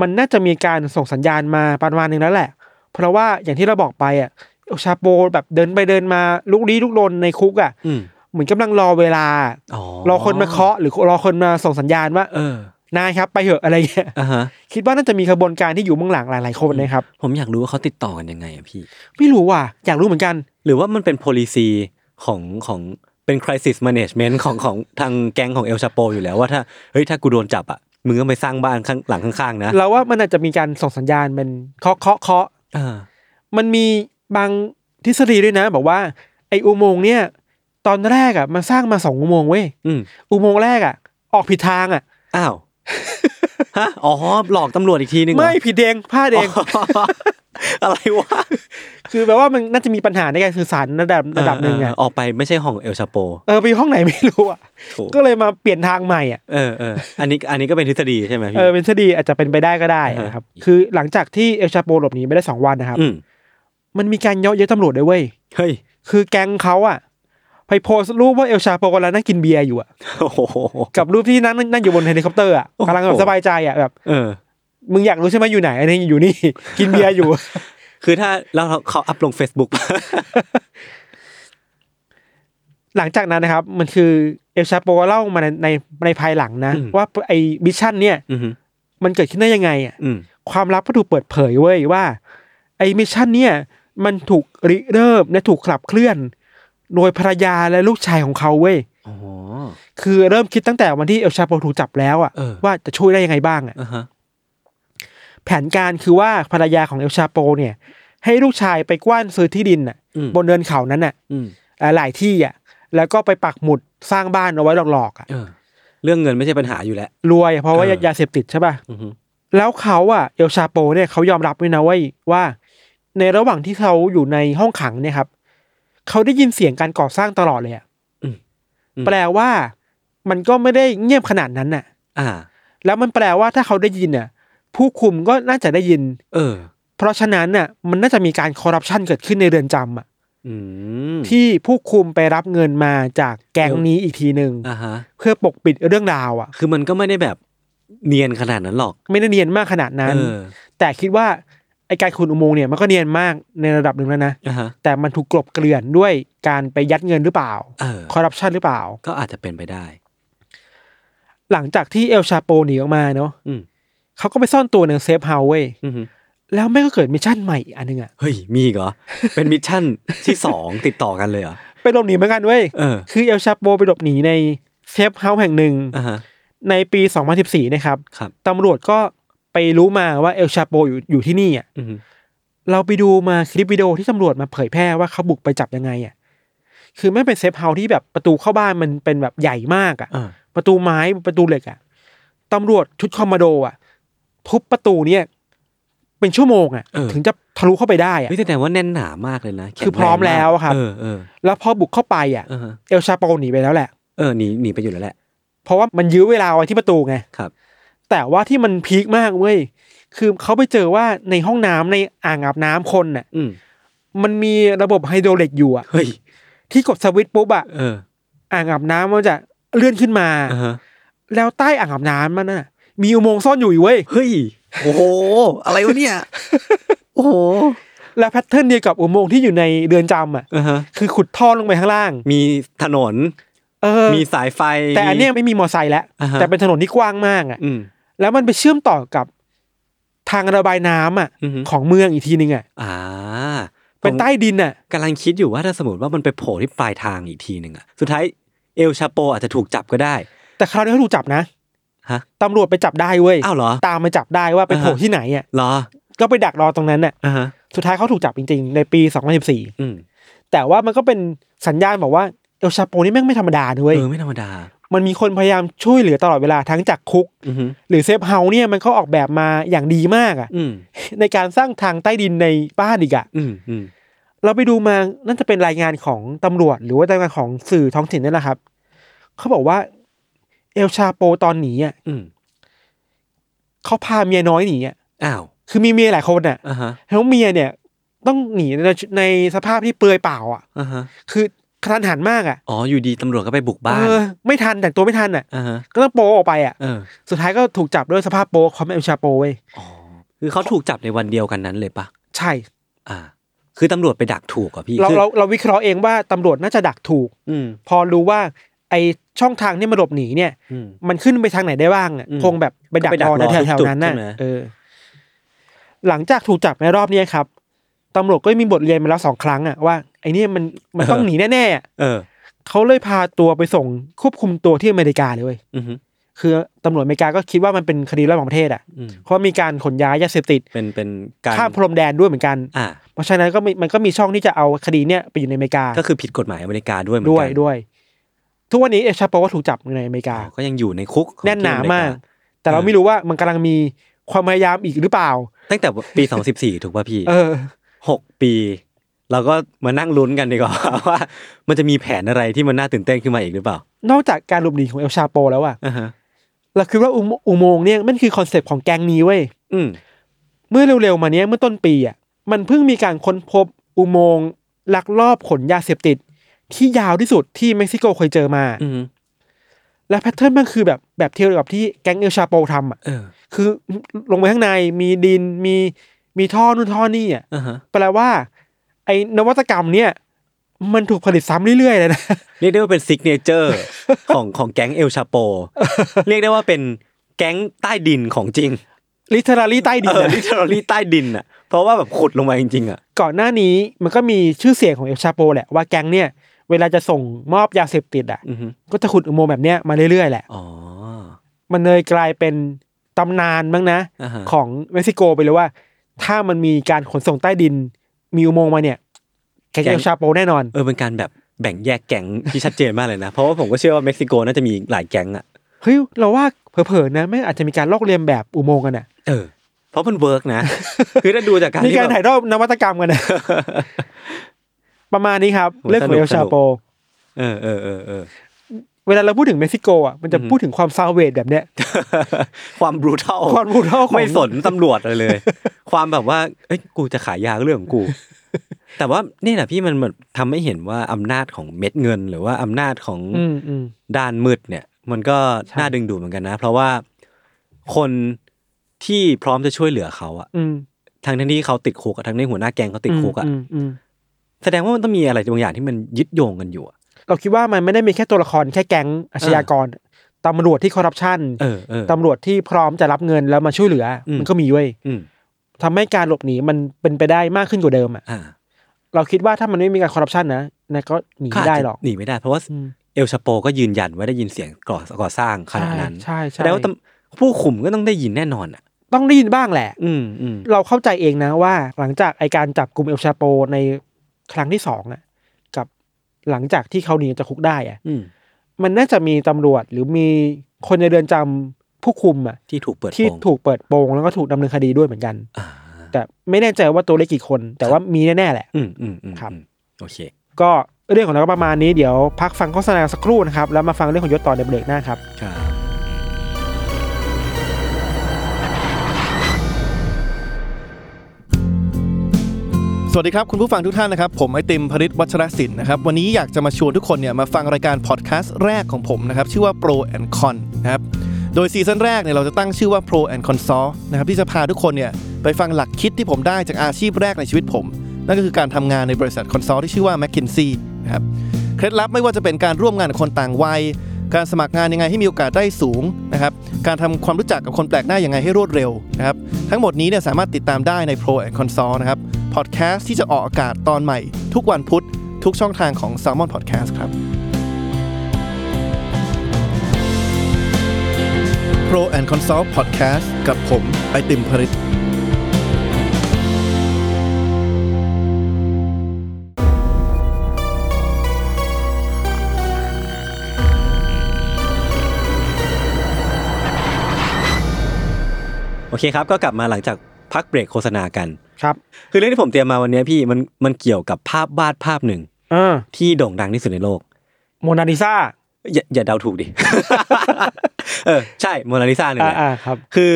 Speaker 3: มันน่าจะมีการส่งสัญญาณมาประมาณหนึงแล้วแหละ เพราะว่าอย่างที่เราบอกไปอ่ะเอลชาโปแบบเดินไปเดินมาลุกลี้ลุกลนในคุกอ่ะ
Speaker 2: อืม
Speaker 3: เหมือนกำลังรอเวลา
Speaker 2: อ๋อ
Speaker 3: รอคนมาเคาะหรือรอคนมาส่งสัญญาณว่า
Speaker 2: เออน
Speaker 3: ายครับ ไปเถอะอะไรเงี้ย
Speaker 2: อ่ะฮะ
Speaker 3: คิดว่าน่าจะมีขบวนการที่อยู่เบื้องหลังหลายๆคนนะครับ
Speaker 2: ผมอยากรู้ว่าเขาติดต่อกันยังไงอะพี่
Speaker 3: ไม่รู้ว่ะอยากรู้เหมือนกัน
Speaker 2: หรือว่ามันเป็น policy ของของเป็น crisis management ของของทางแก๊งของเอลชาโปอยู่แล้วว่าถ้าเฮ้ยถ้ากูโดนจับอ่ะมึงก็ไปสร้างบ้านข้างหลังข้างๆนะ
Speaker 3: เราว่ามันอาจจะมีการส่งสัญญาณเป็นเคาะเคาะเคาะ
Speaker 2: อ่า
Speaker 3: มันมีบางทฤษฎีด้วยนะ บอกว่าไออุโมงค์เนี่ย ตอนแรกอ่ะมันสร้างมาสองอุโมงค์เว้ย
Speaker 2: อืม
Speaker 3: อุโมงค์แรกอ่ะ ออกผิดทางอ่ะ
Speaker 2: อ้าว ฮะอ๋อหลอกตำรวจอีกทีนึงเหรอ
Speaker 3: ไม่ผิดเองพลาดเอง
Speaker 2: อ๋อ อะไรวะ
Speaker 3: คือแปลว่ามันน่าจะมีปัญหาในการสื่อสารระดับระดับหนึ่งอ่ะ
Speaker 2: เออกไปไม่ใช่ของเอลชาโป
Speaker 3: เออไปห้องไหนไม่รู้อ่ะ
Speaker 2: ถูก
Speaker 3: ก็เลยมาเปลี่ยนทางใหม่อ่ะ
Speaker 2: เออเอออันนี้อันนี้ก็เป็นทฤษฎีใช่ไหมพี่
Speaker 3: เออเป็นทฤษฎีอาจจะเป็นไปได้ก็ได้
Speaker 2: อ่าฮะ
Speaker 3: นะครับคือหลังจากที่เอลชาโปหลบหนีไปได้สองวันนะครับ
Speaker 2: อืม
Speaker 3: มันมีการเย่อเย้ยตำรวจด้วยเว้ย
Speaker 2: เฮ้ย
Speaker 3: คือแก๊งเขาอ่ะไปโพสต์รูปว่าเอลชาโปกำลังนั่งกินเบียร์อยู่อ่ะ
Speaker 2: โอ้โห
Speaker 3: กับรูปที่นั่งนั่งอยู่บนเฮลิคอปเตอร์อ่ะ
Speaker 2: โอ้โห
Speaker 3: กำลังแบบสบายใจอ่ะแบบ
Speaker 2: เออ
Speaker 3: มึงอยากรู้ใช่ไหมอยู่ไหนอันนี้อยู่ นี่ กินเบียร์อยู่
Speaker 2: คือถ้าแล้วเขาอัพลง Facebook ป่ะ
Speaker 3: หลังจากนั้นนะครับ มันคือเอลชาโปเล่ามาในในในภายหลังนะ ว่าไอ้มิชชั่นเนี่ย
Speaker 2: อืม
Speaker 3: มันเกิดขึ้นได้ยังไงอ่ะ
Speaker 2: อืม
Speaker 3: ความลับก็ถูกเปิดเผยเว้ยว่า ไอ้มิชชั่นเนี่ยมันถูกริเริ่มและถูกขับเคลื่อน โดยภรรยาและลูกชายของเขาเว้ย
Speaker 2: อ๋อ
Speaker 3: คือเริ่มคิดตั้งแต่วันที่เอลชาโปถูกจับแล้วอ่ะ
Speaker 2: เออ
Speaker 3: ว่าจะช่วยได้ยังไงบ้างอ่ะ
Speaker 2: อ่าฮะ
Speaker 3: แผนการคือว่าภรรยาของเอลชาโปเนี่ย ให้ลูกชายไปกว้านซื้อที่ดินน่ะ
Speaker 2: อืม
Speaker 3: บนเนินเขานั้นน่ะ
Speaker 2: อืม
Speaker 3: เอ่อหลายที่อ่ะแล้วก็ไปปักหมุดสร้างบ้านเอาไว้หลอกๆอ่ะ
Speaker 2: เออเรื่องเงินไม่ใช่ปัญหาอยู่แล้ว
Speaker 3: รวยเพราะว่า
Speaker 2: เออ
Speaker 3: ยาเสพติดใช่ป่ะ
Speaker 2: อือฮึ
Speaker 3: แล้วเขาอ่ะเอลชาโปเนี่ยเขายอมรับด้วยนะเว้ยว่า ในระหว่างที่เขาอยู่ในห้องขังเนี่ยครับเขาได้ยินเสียงการก่อสร้างตลอดเลยอ่ะแปลว่ามันก็ไม่ได้เงียบขนาดนั้นน่ะ
Speaker 2: อ่า
Speaker 3: แล้วมันแปลว่าถ้าเขาได้ยินน่ะผู้คุมก็น่าจะได้ยิน
Speaker 2: เออ
Speaker 3: เพราะฉะนั้นน่ะมันน่าจะมีการคอร์รัปชันเกิดขึ้นในเรือนจำอ่ะ
Speaker 2: อืม
Speaker 3: ที่ผู้คุมไปรับเงินมาจากแก๊งนี้อีกทีหนึ่ง
Speaker 2: อ่าฮะ
Speaker 3: เพื่อปกปิดเรื่องราวอ่ะ
Speaker 2: คือมันก็ไม่ได้แบบเนียนขนาดนั้นหรอก
Speaker 3: ไม่ได้เนียนมากขนาดนั้น
Speaker 2: เออ
Speaker 3: แต่คิดว่าไอการขุดอุโมงค์เนี่ยมันก็เนียนมากในระดับหนึ่งแล้วนะ
Speaker 2: อ่าฮะ
Speaker 3: แต่มันถูกกลบเกลื่อนด้วยการไปยัดเงินหรือเปล่า
Speaker 2: เออ
Speaker 3: คอร์รัปชันหรือเปล่า
Speaker 2: ก็อาจจะเป็นไปได้
Speaker 3: หลังจากที่เอลชาโปหนีออกมาเนาะ
Speaker 2: อืม
Speaker 3: เขาก็ไปซ่อนตัวในเซฟเฮาส์เว้ย
Speaker 2: อือฮึ
Speaker 3: แล้วแม่งก็เกิดมิชชั่นใหม่อีกอันหนึงอ่ะ
Speaker 2: เฮ้ย มีอีกเหรอ เป็นมิชชั่นที่สองติดต่อกันเลยเหรอ
Speaker 3: ไปหลบหนีเหมือนกันเว้ย
Speaker 2: เออ
Speaker 3: คือเอลชาโปไปหลบหนีในเซฟเฮาส์แห่งหนึ่ง
Speaker 2: อ่าฮะ
Speaker 3: ในปี 2014 นะครับ
Speaker 2: ครับ
Speaker 3: ตำรวจก็ไปรู้มาว่าเอลชาโปอยู่อยู่ที่นี่อ่ะ
Speaker 2: อือฮึ
Speaker 3: เราไปดูมาคลิปวิดีโอที่ตำรวจมาเผยแพร่ว่าเขาบุกไปจับยังไงอ่ะ คือไม่เป็นเซฟเฮาส์ที่แบบประตูเข้าบ้านมันเป็นแบบใหญ่มากอ่ะ
Speaker 2: เออ
Speaker 3: ประตูไม้ประตูเหล็กอ่ะ ตำรวจชุดคอมมานโดอ่ะ ทุบประตูเนี่ยเป็นชั่วโมงอ่ะ
Speaker 2: เออ
Speaker 3: ถึงจะทะลุเข้าไปได้อ่ะ
Speaker 2: นี่แสดงว่าแน่นหนามากเลยนะแข็ง
Speaker 3: คือพร้อม
Speaker 2: งาก
Speaker 3: แล้วครับ
Speaker 2: เออเออ
Speaker 3: แล้วพอบุกเข้าไปอ่ะ
Speaker 2: เออฮะ
Speaker 3: เอลชาโปหนีไปแล้วแหละ
Speaker 2: เออหนีหนีไปอยู่แล้วแหละ
Speaker 3: เพราะว่ามันยื้อเวลาไว้ที่ประตูไง
Speaker 2: ครับ
Speaker 3: แต่ว่าที่มันพีคมากเว้ย คือเขาไปเจอว่าในห้องน้ำในอ่างอาบน้ำคนน่ะ
Speaker 2: อืม
Speaker 3: มันมีระบบไฮโดรลิกอยู่อะ
Speaker 2: เฮ้ย
Speaker 3: ที่กดสวิตช์ปุ๊บอะ
Speaker 2: เออ
Speaker 3: อ่างอาบน้ำมันจะเลื่อนขึ้นมา
Speaker 2: อ่าฮะ
Speaker 3: แล้วใต้อ่างอาบน้ำมันน่ะ มีอุโมงค์ซ่อนอยู่อีกเว้ย
Speaker 2: เฮ้ย โอ้โห อะไรวะ เนี่ย โอ้โห
Speaker 3: และแพทเทิร์นเดียวกับอุโมงค์ที่อยู่ในเรือนจำอะ
Speaker 2: อ่าฮะ
Speaker 3: คือขุดท่อลงไปข้างล่าง
Speaker 2: มีถนน
Speaker 3: เออ
Speaker 2: มีสายไฟ
Speaker 3: แต่อันเนี้ย
Speaker 2: มี
Speaker 3: ไม่มีมอไซค์แล้ว
Speaker 2: อ่าฮะ
Speaker 3: แต่เป็นถนนที่กว้างมากอะ
Speaker 2: อืม
Speaker 3: แล้วมันไปเชื่อมต่อกับทางระบายน้ำอะ
Speaker 2: อือฮึ
Speaker 3: ของเมืองอีกทีนึงอะ
Speaker 2: อ่า
Speaker 3: เป็นใต้ดินอะ
Speaker 2: ผมกำลังคิดอยู่ว่าถ้าสมมติว่ามันไปโผล่ที่ปลายทางอีกทีหนึ่งอะสุดท้ายเอลชาโปอาจจะถูกจับก็ได้
Speaker 3: แต่คราวนี้เขาถูกจับนะ
Speaker 2: ฮะ
Speaker 3: ตำรวจไปจับได้เว้ย
Speaker 2: อ้าวเหรอ
Speaker 3: ตามมาจับได้ว่าไป
Speaker 2: อ่าฮะ
Speaker 3: โผล่ที่ไหนอ่ะ
Speaker 2: เหรอ
Speaker 3: ก็ไปดักรอตรงนั้นน่ะ
Speaker 2: อ่าฮะ
Speaker 3: สุดท้ายเขาถูกจับจริงๆ ในปี
Speaker 2: อืม
Speaker 3: 2014 แต่ว่ามันก็เป็นสัญญาณบอกว่าเอลชาโปนี่แม่งไม่ธรรมดาด้วย
Speaker 2: เออไม่ธรรมดา
Speaker 3: มันมีคนพยายามช่วยเหลือตลอดเวลาทั้งจากคุก
Speaker 2: อือฮึ
Speaker 3: หรือเซฟเฮาส์เนี่ยมันเขาออกแบบมาอย่างดีมากอ่ะ
Speaker 2: อืม
Speaker 3: ในการสร้างทางใต้ดินในบ้านอีกอ่ะ
Speaker 2: อืมอืม
Speaker 3: เราไปดูมาน่าจะเป็นรายงานของตำรวจ หรือว่ารายงานของสื่อท้องถิ่นนี่แหละครับ เขาบอกว่า เอลชาโปตอนหนีอ่ะ
Speaker 2: อืม
Speaker 3: เขาพาเมียน้อยหนีอ่ะ
Speaker 2: อ้าว
Speaker 3: คือมีเมียหลายคนอ่ะ
Speaker 2: อ่าฮะ
Speaker 3: แล้วเมียเนี่ย ต้องหนีในในสภาพที่เปลือยเปล่าอ่ะ
Speaker 2: อ่าฮะ
Speaker 3: คือกระทันหันมากอ่ะ
Speaker 2: อ๋ออยู่ดีตำรวจก็ไปบุกบ้า
Speaker 3: เอนอไม่ทันแต่งตัวไม่ทันอ่ะ
Speaker 2: อ่าฮะ
Speaker 3: ก็ต้องโปออกไปอ่ะ
Speaker 2: เออ
Speaker 3: สุดท้ายก็ถูกจับด้วยสภาพโปของเอลชาโปเว้ย
Speaker 2: อ๋อคือเขาถูกจับในวันเดียวกันนั้นเลยปะ
Speaker 3: ใช่
Speaker 2: อ่า คือตำรวจไปดักถูกอ่ะพี่
Speaker 3: เรา
Speaker 2: คือ
Speaker 3: เราเราวิเคราะห์เองว่าตำรวจน่าจะดักถูก
Speaker 2: อืม
Speaker 3: พอรู้ว่าไอช่องทางที่มาหลบหนีเนี่ย
Speaker 2: อืม
Speaker 3: มันขึ้นไปทางไหนได้บ้างอ่ะ
Speaker 2: อืม
Speaker 3: คงแบบไปดัก
Speaker 2: ก็ไปดั
Speaker 3: ร
Speaker 2: ก
Speaker 3: อ
Speaker 2: รอ
Speaker 3: แถวแถว
Speaker 2: จุด
Speaker 3: ๆนั้นน่ะ
Speaker 2: ใช่ไหม
Speaker 3: เออ หลังจากถูกจับในรอบเนี้ยครับตำรวจก็มีบทเรียนมาแล้วสองครั้งอ่ะว่าไอเนี่ยมันมันต้องหนีแน่ๆอ่ะ
Speaker 2: เออ
Speaker 3: เขาเลยพาตัวไปส่งควบคุมตัวที่อเมริกาเลยเว้ย
Speaker 2: อือฮึ
Speaker 3: คือตำรวจอเมริกาก็คิดว่ามันเป็นคดีระหว่างประเทศอ่ะ
Speaker 2: อืม
Speaker 3: เพราะมีการขนย้ายยาเสพติด
Speaker 2: เป็นเป็นการ
Speaker 3: ข้ามพรมแดนด้วยเหมือนกัน
Speaker 2: อ่า
Speaker 3: เพราะฉะนั้นก็มีมันก็มีช่องที่จะเอาคดีเนี่ยไปอยู่ในอเมริกา
Speaker 2: ก็คือผิดกฎหมายอเมริกาด้วยเหมือน
Speaker 3: ด้วย
Speaker 2: กัน
Speaker 3: ด้วย ทุกวันนี้เอลชาโปก็ถูกจับในอเมริกา
Speaker 2: อ๋อก็ยังอยู่ในคุกของ
Speaker 3: แน่นหนา
Speaker 2: ที่อเริ
Speaker 3: มาก แต่เราไม่รู้ว่ามันกำลังมีความพยายามอีกหรือเปล่า
Speaker 2: ตั้งแต่ ปี 2014 ถูกป่ะพี่
Speaker 3: เออ
Speaker 2: หกปี เราก็มานั่งลุ้นกันดีกว่า ว่า มันจะมีแผนอะไรที่มันน่าตื่นเต้นขึ้นมาอีกหรือเปล่าน
Speaker 3: อกจากการหลบหนีของเอลชาโปแล้วอะ
Speaker 2: อ่าฮะ
Speaker 3: เราคิดว่าอุโมอุโมงค์เนี่ยมันคือคอนเซปต์ของแกงนี้เว้ย
Speaker 2: อืม
Speaker 3: เมื่อเร็วๆมาเนี้ยเมื่อต้นปีอะมันเพิ่งมีการค้นพบอุโมงค์ลักลอบขนยาเสพติด ที่ยาวที่สุดที่เม็กซิโกเคยเจอมา
Speaker 2: อืม
Speaker 3: และแพทเทิร์นมันคือแบบแบบเทียวกับที่แก๊งเอลชาโปทำอะ
Speaker 2: เออ
Speaker 3: คือลงไปข้างในมีดินมีมีท่อนู่นท่อนี่อะ
Speaker 2: อ่าฮะ
Speaker 3: แปลว่า ไอ้นวัตกรรมเนี่ยมันถูกผลิตซ้ำเรื่อยๆเลยนะ
Speaker 2: เรียกได้ว่าเป็นซิกเนเจอร์ ของของแก๊งเอลชาโป เรียกได้ว่าเป็นแก๊งใต้ดินของจริง
Speaker 3: ลิเทอรารีใต้ดิน
Speaker 2: เออ
Speaker 3: นะ
Speaker 2: ลิเทอรี่ใต้ดินอ่ะ เพราะว่าแบบขุดลงมาจริงๆอ่ะ
Speaker 3: ก่อนหน้านี้มันก็มีชื่อเสียงของเอลชาโปแหละว่าแก๊งเนี่ย เวลาจะส่งมอบยาเสพติดอ่ะ
Speaker 2: อือฮึ
Speaker 3: ก็จะขุดอุโมงค์แบบเนี้ยมาเรื่อยๆแหละ
Speaker 2: อ๋อ
Speaker 3: มันเลยกลายเป็นตำนานมั้งนะ
Speaker 2: อ่าฮะ
Speaker 3: ของเม็กซิโกไปเลยว่า ถ้ามันมีการขนส่งใต้ดิน มีอุโมงค์มาเนี่ย แก๊งเอลชาโปแน่นอน
Speaker 2: เออเป็นการแบบแบ่งแยกแก๊งที่ชัดเจนมากเลยนะเพราะว่าผมก็เชื่อว่าเม็กซิโกน่าจะมีหลายแก๊งอ่ะ
Speaker 3: เฮ้ย เราว่าเผลอๆนะไม่อาจจะมีการลอกเลียนแบบอุโมงค์กันอ่ะ
Speaker 2: เออเพราะมันเวิร์กนะ คือถ้าดูจากการ
Speaker 3: มีการ
Speaker 2: ที่แบบ
Speaker 3: ถ่ายรอบนวัตกรรมกันนะ ประมาณนี้ครับ
Speaker 2: โอ้
Speaker 3: เรื่องของ
Speaker 2: สนุ
Speaker 3: เอก ลชา
Speaker 2: สนุก
Speaker 3: โป
Speaker 2: เออเออเออเออ
Speaker 3: เวลาเราพูดถึงเม็กซิโกอ่ะมันจะ
Speaker 2: อือหือ
Speaker 3: พูดถึงความซาเวดแบบเนี้ย
Speaker 2: ความบรูทัล
Speaker 3: ความ brutal ของ
Speaker 2: ไม่สนตำรวจอะไรเลย ความแบบว่า เอ้ยกูจะขายยาก็เรื่องของกู แต่ว่านี่แหละพี่มันเหมือนทำให้เห็นว่าอำนาจของเม็ดเงิน หรือว่าอำนาจของ
Speaker 3: อืมอืม
Speaker 2: ด้านมืดเนี่ย มันก็น่าดึงดูดเหมือนกันนะ เพราะว่าคนที่พร้อมจะช่วยเหลือเขาอะ
Speaker 3: อืม
Speaker 2: ทั้งทั้งที่เขาติดคุกอะทั้งที่หัวหน้าแก๊งเขาติดคุกอะ
Speaker 3: มอืม
Speaker 2: แสดงว่ามันต้องมีอะไรบางอย่างที่มันยึดโยงกันอยู่อะ
Speaker 3: เราคิดว่ามันไม่ได้มีแค่ตัวละครแค่แก๊งอาชญากรตำรวจที่คอร์รัปชัน
Speaker 2: เออเออ
Speaker 3: ตำรวจที่พร้อมจะรับเงินแล้วมาช่วยเหลืออ
Speaker 2: ม
Speaker 3: มันก็มีเว้ย
Speaker 2: อืม
Speaker 3: ทำให้การหลบหนีมันเป็นไปได้มากขึ้นกว่าเดิมอ่ะ
Speaker 2: อ่า
Speaker 3: เราคิดว่าถ้ามันไม่มีการคอร์รัปชันนะนะก็หนี
Speaker 2: เขาา
Speaker 3: ไม่
Speaker 2: จ
Speaker 3: ได้
Speaker 2: จะ
Speaker 3: หรอก
Speaker 2: หนีไม่ได้เพราะว่า
Speaker 3: อืม
Speaker 2: เอลชาโปก็ยืนยันว่าได้ยินเสียงก่อก่อสร้างขณะนั้น
Speaker 3: ใช่
Speaker 2: แส
Speaker 3: ใช่
Speaker 2: ดงว่าตำผู้ขุมก็ต้องได้ยินแน่นอนอ่ะ
Speaker 3: ต้องได้ยินบ้างแหละ
Speaker 2: อืมอืม
Speaker 3: เราเข้าใจเองนะว่า หลังจากไอการจับกลุ่มเอลชาโปในครั้งที่สองอ่ะกับหลังจากที่เขาหนีจากคุกได้อ่ะ
Speaker 2: อืม
Speaker 3: มันน่าจะมีตำรวจหรือมีคนในเรือนจำผู้คุมอ่ะ
Speaker 2: ที่ถูกเปิดโป
Speaker 3: ที่
Speaker 2: ง
Speaker 3: ถูกเปิดโปงแล้วก็ถูกดำเนินคดีด้วยเหมือนกัน
Speaker 2: อ่า
Speaker 3: แต่ไม่แน่ใจว่าตัวเลขกี่คน แต่ว่ามีแน่ๆแหละ
Speaker 2: อืมอืมอืม
Speaker 3: ครับ
Speaker 2: อืมโอเค
Speaker 3: ก็เรื่องของเราก็ประมาณนี้เดี๋ยวพักฟังโฆษณาสักครู่นะครับ แล้วมาฟังเรื่องของยศต่อในเบรกหน้าครับ
Speaker 2: ครับ
Speaker 4: สวัสดีครับ คุณผู้ฟังทุกท่านนะครับ ผมไอติมพริศวัชรศิลป์นะครับวันนี้อยากจะมาชวนทุกคนเนี่ยมาฟังรายการพอดแคสต์แรกของผมนะครับ ชื่อว่า Pro and Con นะครับโดยซีซั่นแรกเนี่ยเราจะตั้งชื่อว่า Pro and Con s o นะครับที่จะพาทุกคนเนี่ยไปฟังหลักคิดที่ผมได้จากอาชีพแรกในชีวิตผม นั่นก็คือการทำงานในบริษัทคอนซอลที่ชื่อว่า m c k i n s e y นะครับเคล็ดลับไม่ว่าจะเป็นการร่วมงานกับคนต่างวัย การสมัครงานยังไงให้มีโอกาสได้สูงนะครับการทำความรู้จักกับคนแปลกหน้ายังไงให้รวดเร็วนะครับทั้งหมดนี้เนี่ยสามารถติดตามได้ใน Pro and Consult นะครับพอดแคสต์ที่จะออกอากาศตอนใหม่ ทุกวันพุธทุกช่องทางของ s a l m o n Podcast ครับ Pro and Consult Podcast กับผมไอติมพริต
Speaker 2: เคครับ ก็กลับมาหลังจากพักเบรกโฆษณากัน
Speaker 3: ครับ
Speaker 2: คือเรื่องที่ผมเตรียมมาวันนี้พี่มันมันเกี่ยวกับภาพวาดภาพหนึ่ง
Speaker 3: เออ
Speaker 2: ที่โด่งดังที่สุดในโลก
Speaker 3: โมนาลิซา
Speaker 2: อย่าอย่าเดาถูกดิ เออใช่โมนาลิซาเนี่ยแหละ
Speaker 3: อ่าๆครับ
Speaker 2: คือ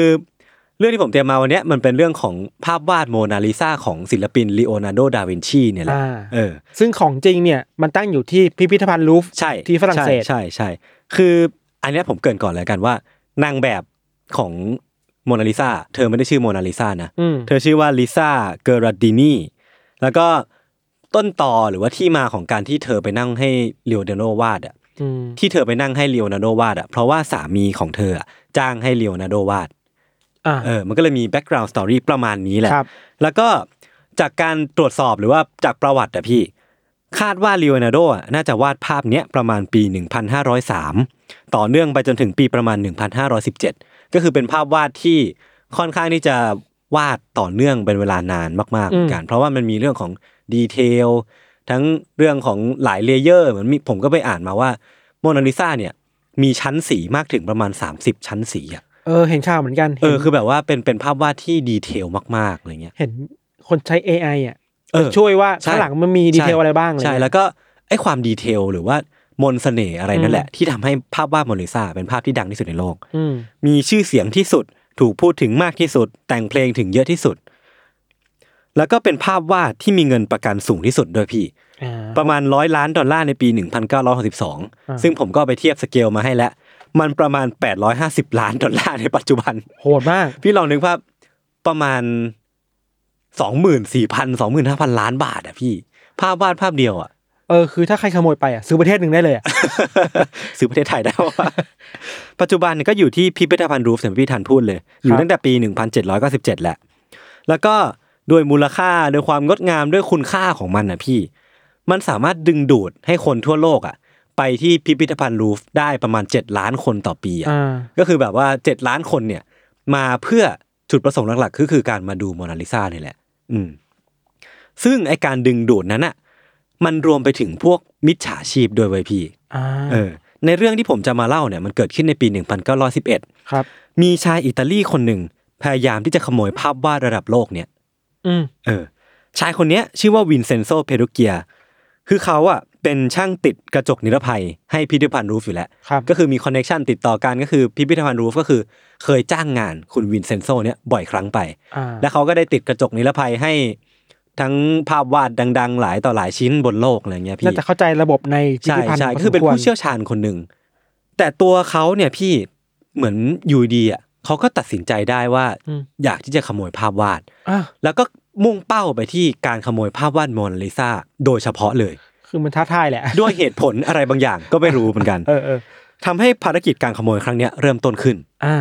Speaker 2: เรื่องที่ผมเตรียมมาวันเนี้ยมันเป็นเรื่องของภาพวาดโมนาลิซาของศิลปินลีโอนาร์โด ดาวินชีเนี่ยแหละ
Speaker 3: อ่า
Speaker 2: เออ
Speaker 3: ซึ่งของจริงเนี่ยมันตั้งอยู่ที่พิพิธภัณฑ์ลูฟ
Speaker 2: ใช่
Speaker 3: ที่ฝรั่งเศส
Speaker 2: ใช่ใช่ใช่คืออันเนี้ยผมเกรินก่อนแล้วกันว่า นางแบบของโมนาลิซาเธอไม่ได้ชื่อโมนาลิซานะ
Speaker 3: อืม
Speaker 2: เธอชื่อว่าลิซาเกอราดินีแล้วก็ต้นต่อหรือว่าที่มาของการที่เธอไปนั่งให้เลโอนาร์โดวาดอะ
Speaker 3: อืม
Speaker 2: ที่เธอไปนั่งให้เลโอนาร์โดวาดอะเพราะว่าสามีของเธออะจ้างให้เลโอนาร์โดวาด
Speaker 3: อ่า
Speaker 2: เออมันก็เลยมีแบ็กกราวน์สตอรี่ประมาณนี้แหละ
Speaker 3: ครับ
Speaker 2: แล้วก็จากการตรวจสอบหรือว่าจากประวัติอะพี่ คาดว่าลีโอนาร์โดอะน่าจะวาดภาพเนี้ยประมาณปี 1503 ต่อเนื่องไปจนถึงปีประมาณ 1517 ก็คือเป็นภาพวาดที่ค่อนข้างที่จะวาดต่อเนื่องเป็นเวลานานมากๆเหมือนกัน เพราะว่ามันมีเรื่องของดีเทลทั้งเรื่องของหลายเลเยอร์เหมือนมีผมก็ไปอ่านมาว่าโมนาลิซาเนี่ยมีชั้นสีมากถึงประมาณ 30 ชั้นสีอะ
Speaker 3: เออเห็นข่าวเหมือนกัน
Speaker 2: เอ
Speaker 3: ห็น
Speaker 2: อคือแบบว่าเป็นเป็นภาพวาดที่ดีเทลมากๆอะไรเงี้ย
Speaker 3: เห็นคนใช้ AI อ่ะ
Speaker 2: เออ
Speaker 3: ช่วยว่า
Speaker 2: ใช่
Speaker 3: ข้างหลังมันมีดีเทลอะไรบ้างอะไร
Speaker 2: ใช่
Speaker 3: เงี้ย
Speaker 2: แล้วก็ไอ้ความดีเทลหรือว่ามนต์เสน่ห์อะไรนั่นแหละ ที่ทำให้ภาพวาดโมนาลิซาเป็นภาพที่ดังที่สุดในโลก
Speaker 3: อืม
Speaker 2: มีชื่อเสียงที่สุดถูกพูดถึงมากที่สุด แต่งเพลงถึงเยอะที่สุด แล้วก็เป็นภาพวาดที่มีเงินประกันสูงที่สุดด้วยพี่
Speaker 3: อ่า
Speaker 2: ประมาณร้อยล้านดอลลาร์ในปี
Speaker 3: า
Speaker 2: 1962 ซึ่งผมก็เอาไปเทียบสเกลมาให้แล้ว มันประมาณ 850 ล้านดอลลาร์ในปัจจุบัน
Speaker 3: โหดมาก
Speaker 2: พี่ลองนึกภาพประมาณสองหมื่นสี่พันสองหมื่นห้าพันล้านบาทอะพี่ ภาพวาดภาพเดียวอะ
Speaker 3: เออคือถ้าใครขโมยไปอ่ะซื้อประเทศหนึ่งได้เลยอ่ะ
Speaker 2: ซื้อประเทศไทยได้ว่า ปัจจุบันเนี่ยก็อยู่ที่พิพิธภัณฑ์รูฟเสียงพี่ทันพูดเลย อยู่ตั้งแต่ปี 1797 แหละ แล้วก็ด้วยมูลค่าด้วยความงดงามด้วยคุณค่าของมันนะพี่ มันสามารถดึงดูดให้คนทั่วโลกอ่ะ ไปที่พิพิธภัณฑ์รูฟได้ประมาณ 7 ล้านคนต่อปีอ่ะ
Speaker 3: อ่า
Speaker 2: ก็คือแบบว่า 7 ล้านคนเนี่ย มาเพื่อจุดประสงค์หลักๆคือคือการมาดูโมนาลิซาเนี่ยแหละ อืม ซึ่งไอการดึงดูดนั้นอ่ะ มันรวมไปถึงพวกมิจฉาชีพด้วยเว้ยพี่
Speaker 3: อ่า
Speaker 2: เออในเรื่องที่ผมจะมาเล่าเนี่ยมันเกิดขึ้นในปี 1911
Speaker 3: ครับ
Speaker 2: มีชายอิตาลีคนหนึ่งพยายามที่จะขโมยภาพวาดระดับโลกเนี่ย
Speaker 3: อืม
Speaker 2: เออชายคนเนี้ยชื่อว่าวินเซนโซเพรุเกีย คือเขาอะเป็นช่างติดกระจกนิรภัยให้พิพิธภัณฑ์รูฟอยู่แล้ว
Speaker 3: ครับ
Speaker 2: ก็คือมีคอนเน t ชันติดต่อกันก็คือพิพิธภัณฑ์รูฟก็คือเคยจ้างงานคุณวินเซนโซเนี่ยบ่อยครั้งไป
Speaker 3: อ่า
Speaker 2: แล้วเขาก็ได้ติดกระจกนิรภัยให้ทั้งภาพวาดดัง ๆ หลายต่อหลายชิ้นบนโลกอะไรเงี้ยพี่
Speaker 3: น่าจะเข้าใจระบบในพิ
Speaker 2: ใช่
Speaker 3: พิธภัณฑ์
Speaker 2: ใช่
Speaker 3: พสม
Speaker 2: คือเป็น
Speaker 3: วร
Speaker 2: ผู้เชี่ยวชาญคนหนึ่งแต่ตัวเขาเนี่ยพี่เหมือนอยู่ดีอ่ะเขาก็ตัดสินใจได้ว่า
Speaker 3: อืม
Speaker 2: อยากที่จะขโมยภาพวาด
Speaker 3: อ่ะ
Speaker 2: แล้วก็มุ่งเป้าไปที่การขโมยภาพวาดโมนาลิซาโดยเฉพาะเลย
Speaker 3: คือมันท้าทายแหละ
Speaker 2: ด้วยเหตุผลอะไรบางอย่างก็ไม่รู้เหมื อนกัน
Speaker 3: เออเออ
Speaker 2: ทำให้ภารกิจการขโมยครั้งเนี้ยเริ่มต้นขึ้น
Speaker 3: อ่า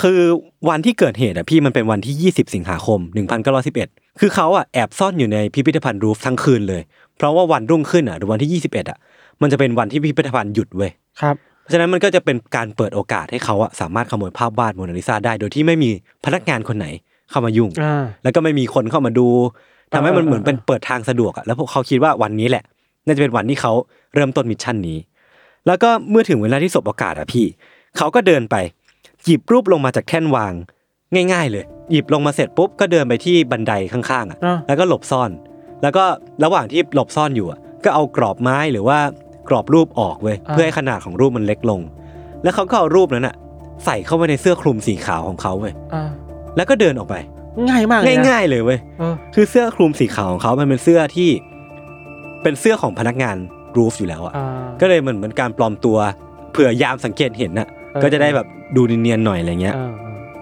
Speaker 2: คือวันที่เกิดเหตุอ่ะพี่มันเป็นวันที่ 20 สิงหาคม 1911 คือเขาอ่ะแอบซ่อนอยู่ในพิพิธภัณฑ์รูฟทั้งคืนเลย เพราะว่าวันรุ่งขึ้นอ่ะหรือวันที่ 21อ่ะมันจะเป็นวันที่พิพิธภัณฑ์หยุดเว้ย
Speaker 3: ครับ
Speaker 2: เพราะฉะนั้นมันก็จะเป็นการเปิดโอกาสให้เขาอะสามารถขโมยภาพวาดโมนาลิซาได้ โดยที่ไม่มีพนักงานคนไหนเข้ามายุ่ง
Speaker 3: อ่า
Speaker 2: แล้วก็ไม่มีคนเข้ามาดูทำให้มัน
Speaker 3: เออเออ
Speaker 2: เหมือนเป็นเปิดทางสะดวกอะแล้วพวกเขาคิดว่าวันนี้แหละน่าจะเป็นวันที่เขาเริ่มต้นมิชชั่นนี้ แล้วก็เมื่อถึงเวลาที่สบโอกาสอะพี่ เขาก็เดินไปหยิบรูปลงมาจากแท่นวางง่าย ๆ เลย หยิบลงมาเสร็จปุ๊บก็เดินไปที่บันไดข้างๆอะ
Speaker 3: อ่า
Speaker 2: แล้วก็หลบซ่อน แล้วก็ระหว่างที่หลบซ่อนอยู่อะก็เอากรอบไม้หรือว่ากรอบรูปออกเว้ย
Speaker 3: อ่า
Speaker 2: เพื่อให้ขนาดของรูปมันเล็กลง แล้วเขาก็เอารูปนั้นอะใส่เข้าไปในเสื้อคลุมสีขาวของเขาเว้ย
Speaker 3: อ่า
Speaker 2: แล้วก็เดินออกไป
Speaker 3: ง่ายมากเลยนะ
Speaker 2: ง่ายๆเลยเว้ย
Speaker 3: เออ
Speaker 2: คือเสื้อคลุมสีขาวของเขามันเป็นเสื้อที่ เป็นเสื้อของพนักงานรูฟอยู่แล้วอะ
Speaker 3: อ่า
Speaker 2: ก็เลยเหมือนเหมือนการปลอมตัว เผื่อยามสังเกตเห็นน่ะ
Speaker 3: ออ
Speaker 2: ก็จะได้แบบดูเนียนๆหน่อยอะไรเงี้ย
Speaker 3: อ่า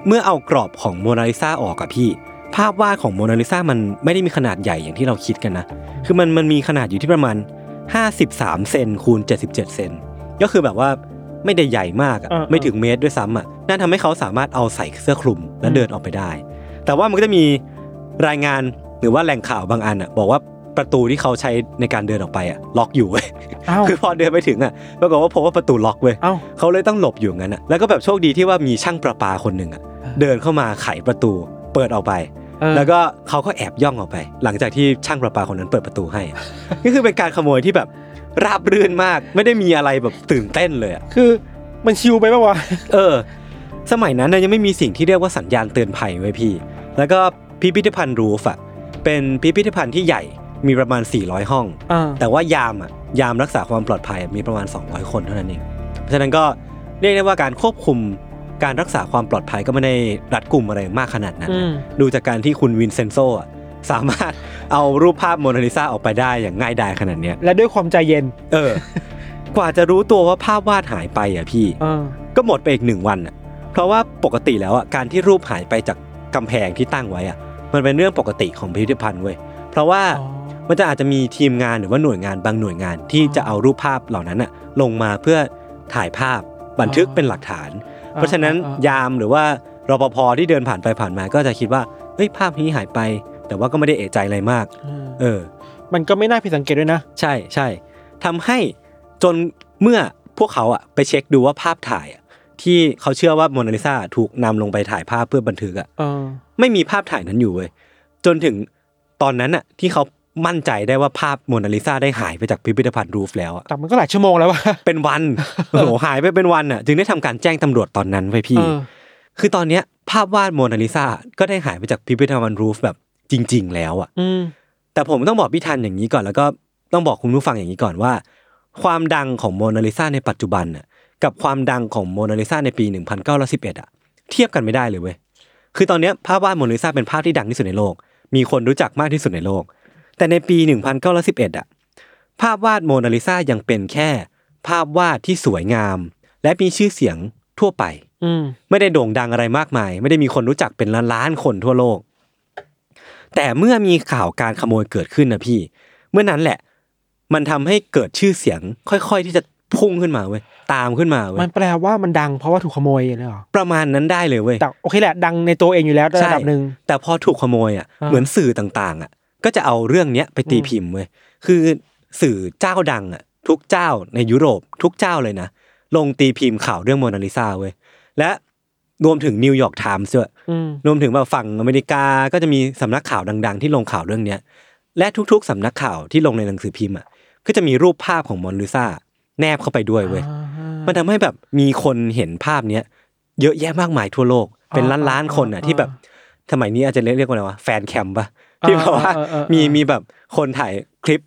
Speaker 2: เมื่อเอากรอบของโมนาลิซาออกอะพี่ ภาพวาดของโมนาลิซามันไม่ได้มีขนาดใหญ่อย่างที่เราคิดกันนะ คือมันมันมีขนาดอยู่ที่ประมาณ 53 เซนคูณ 77 เซนก็คือแบบว่าไม่ได้ใหญ่มากอะไม่ถึงเมตรด้วยซ้ำอะนั่นทำให้เขาสามารถเอาใส่เสื้อคลุมแล้วเดินออกไปได้ แต่ว่ามันก็จะมีรายงานหรือว่าแหล่งข่าวบางอันอะบอกว่าประตูที่เขาใช้ในการเดินออกไปอะล็อกอยู่เว้ย
Speaker 3: เอ้า
Speaker 2: คือพอเดินไปถึงอะปรากฏว่าพบว่าประตูล็อกเว้ย
Speaker 3: เอ้า
Speaker 2: เขาเลยต้องหลบอยู่งั้นอ่ะ แล้วก็แบบโชคดีที่ว่ามีช่างประปาคนหนึ่งอ่ะ
Speaker 3: อ่า
Speaker 2: เดินเข้ามาไขประตู เปิดออกไป
Speaker 3: เออ
Speaker 2: แล้วก็เขาก็แอบย่องออกไป หลังจากที่ช่างประปาคนนั้นเปิดประตูให้อะ นี่คือเป็นการขโมยที่แบบราบรื่นมาก ไม่ได้มีอะไรแบบตื่นเต้นเลยอ่ะ
Speaker 3: คือมันชิวไปปะวะ
Speaker 2: เออ สมัยนั้นนะยังไม่มีสิ่งที่เรียกว่าสัญญาณเตือนภัยไว้ยพี่ แล้วก็พิพิธภัณฑ์รูฟอะเป็นพิพิธภัณฑ์ที่ใหญ่มีประมาณ 400 ห้อง
Speaker 3: อ่า
Speaker 2: แต่ว่ายามอะยามรักษาความปลอดภัยอะมีประมาณ 200 คนเท่านั้นเองเพราะฉะนั้นก็เรียกได้ว่าการควบคุมการรักษาความปลอดภัยก็ไม่ได้รัดกุมอะไรมากขนาดนั้น
Speaker 3: อืม
Speaker 2: นะดูจากการที่คุณวินเซนโซอะสามารถเอารูปภาพโมนาลิซาออกไปได้อย่างง่ายดายขนาดเนี้ย
Speaker 3: และด้วยความใจเย็น
Speaker 2: เออ กว่าจะรู้ตัวว่าภาพวาดหายไปอ่ะพี่
Speaker 3: อ่า
Speaker 2: ก็หมดไปอีกหนึ่งวันอ่ะ เพราะว่าปกติแล้วอ่ะการที่รูปหายไปจากกำแพงที่ตั้งไว้อ่ะ มันเป็นเรื่องปกติของพิพิธภัณฑ์เว้ย เพราะว่า
Speaker 3: อ๋อ
Speaker 2: มันจะอาจจะมีทีมงานหรือว่าหน่วยงานบางหน่วยงานที่จะเอารูปภาพเหล่านั้นอ่ะลงมาเพื่อถ่ายภาพบันทึก
Speaker 3: อ๋อ
Speaker 2: เป็นหลักฐาน เพราะฉะนั้น
Speaker 3: อ่าอ่าอ่าย
Speaker 2: ยามหรือว่ารปภที่เดินผ่านไปผ่านมาก็จะคิดว่าเฮ้ยภาพนี้หายไป แต่ว่าก็ไม่ได้เอะใจอะไรมาก
Speaker 3: อืม
Speaker 2: เออ
Speaker 3: มันก็ไม่น่าผิดสังเกตด้วยนะ
Speaker 2: ใช่ใช่ทำให้จนเมื่อพวกเขาอะไปเช็คดูว่าภาพถ่ายอะที่เขาเชื่อว่าโมนาลิซาถูกนำลงไปถ่ายภาพเพื่อบันทึกอะ
Speaker 3: เออ
Speaker 2: ไม่มีภาพถ่ายนั้นอยู่เว้ยจนถึงตอนนั้นอะที่เขามั่นใจได้ว่าภาพโมนาลิซาได้หายไปจากพิพิธภัณฑ์รูฟแล้วอะ
Speaker 3: แต่มันก็หลายชั่วโมงแล้วว่ะ
Speaker 2: เป็นวัน โอ้โหหายไปเป็นวันอะจึงได้ทำการแจ้งตำรวจตอนนั้นไว้ยพี่
Speaker 3: เออ
Speaker 2: คือตอนเนี้ยภาพวาดโมนาลิซาก็ได้หายไปจากพิพิธภัณฑ์รูฟแบบจริง ๆ แล้วอะ
Speaker 3: อืม
Speaker 2: แต่ผมต้องบอกพี่ทันอย่างนี้ก่อนแล้วก็ต้องบอกคุณผู้ฟังอย่างนี้ก่อนว่า ความดังของโมนาลิซาในปัจจุบันน่ะกับความดังของโมนาลิซาในปี 1911อ่ะเทียบกันไม่ได้เลยเว้ยคือตอนเนี้ยภาพวาดโมนาลิซาเป็นภาพที่ดังที่สุดในโลก มีคนรู้จักมากที่สุดในโลก แต่ในปี 1911อ่ะภาพวาดโมนาลิซายังเป็นแค่ ภาพวาดที่สวยงาม และมีชื่อเสียงทั่วไป
Speaker 3: อืม
Speaker 2: ไม่ได้โด่งดังอะไรมากมาย ไม่ได้มีคนรู้จักเป็นล้านๆคนทั่วโลก แต่เมื่อมีข่าวการขโมยเกิดขึ้นนะพี่ เมื่อนั้นแหละ มันทำให้เกิดชื่อเสียง ค่อยๆที่จะพุ่งขึ้นมาเว้ยตามขึ้นมาเว้
Speaker 3: มัน
Speaker 2: ย
Speaker 3: แปลว่ามันดังเพราะว่าถูกขโมยเลยเหรอ
Speaker 2: ประมาณนั้นได้เลยเว้ย
Speaker 3: แต่โอเคแหละดังในตัวเองอยู่แล้วระดับหนึ่ง
Speaker 2: แต่พอถูกขโมยอ่ะ
Speaker 3: อ่า
Speaker 2: เหมือนสื่อต่างๆ อ่ะ ก็จะเอาเรื่องเนี้ยไปตี
Speaker 3: อืม
Speaker 2: พิมพ์เว้ยคือสื่อเจ้าดังอ่ะ ทุกเจ้าในยุโรป ทุกเจ้าเลยนะ ลงตีพิมพ์ข่าวเรื่องโมนาลิซาเว้ยและรวมถึงนิวยอร์กไทมส์ด้วย
Speaker 3: อืม
Speaker 2: รวมถึงแบบฝั่งอเมริกาก็จะมีสำนักข่าวดัง ๆ ที่ลงข่าวเรื่องเนี้ย และทุกๆสำนักข่าวที่ลงในหนังสือพิมพ์อ่ะก็จะมีรูปภาพของมอนาลิซาแนบเข้าไปด้วยเว้ยมันทำให้แบบมีคนเห็นภาพเนี้ยเยอะแยะมากมายทั่วโลก เป็น
Speaker 3: อ่า
Speaker 2: ล้านๆคนอ่ะ
Speaker 3: อ่า
Speaker 2: ที่แบบสมัยนี้อาจจะเรียกเรียกว่าอะไรวะแฟนแคมปะที่แบบว่า
Speaker 3: เออเออเออเออ
Speaker 2: มีมีแบบคนถ่ายคลิป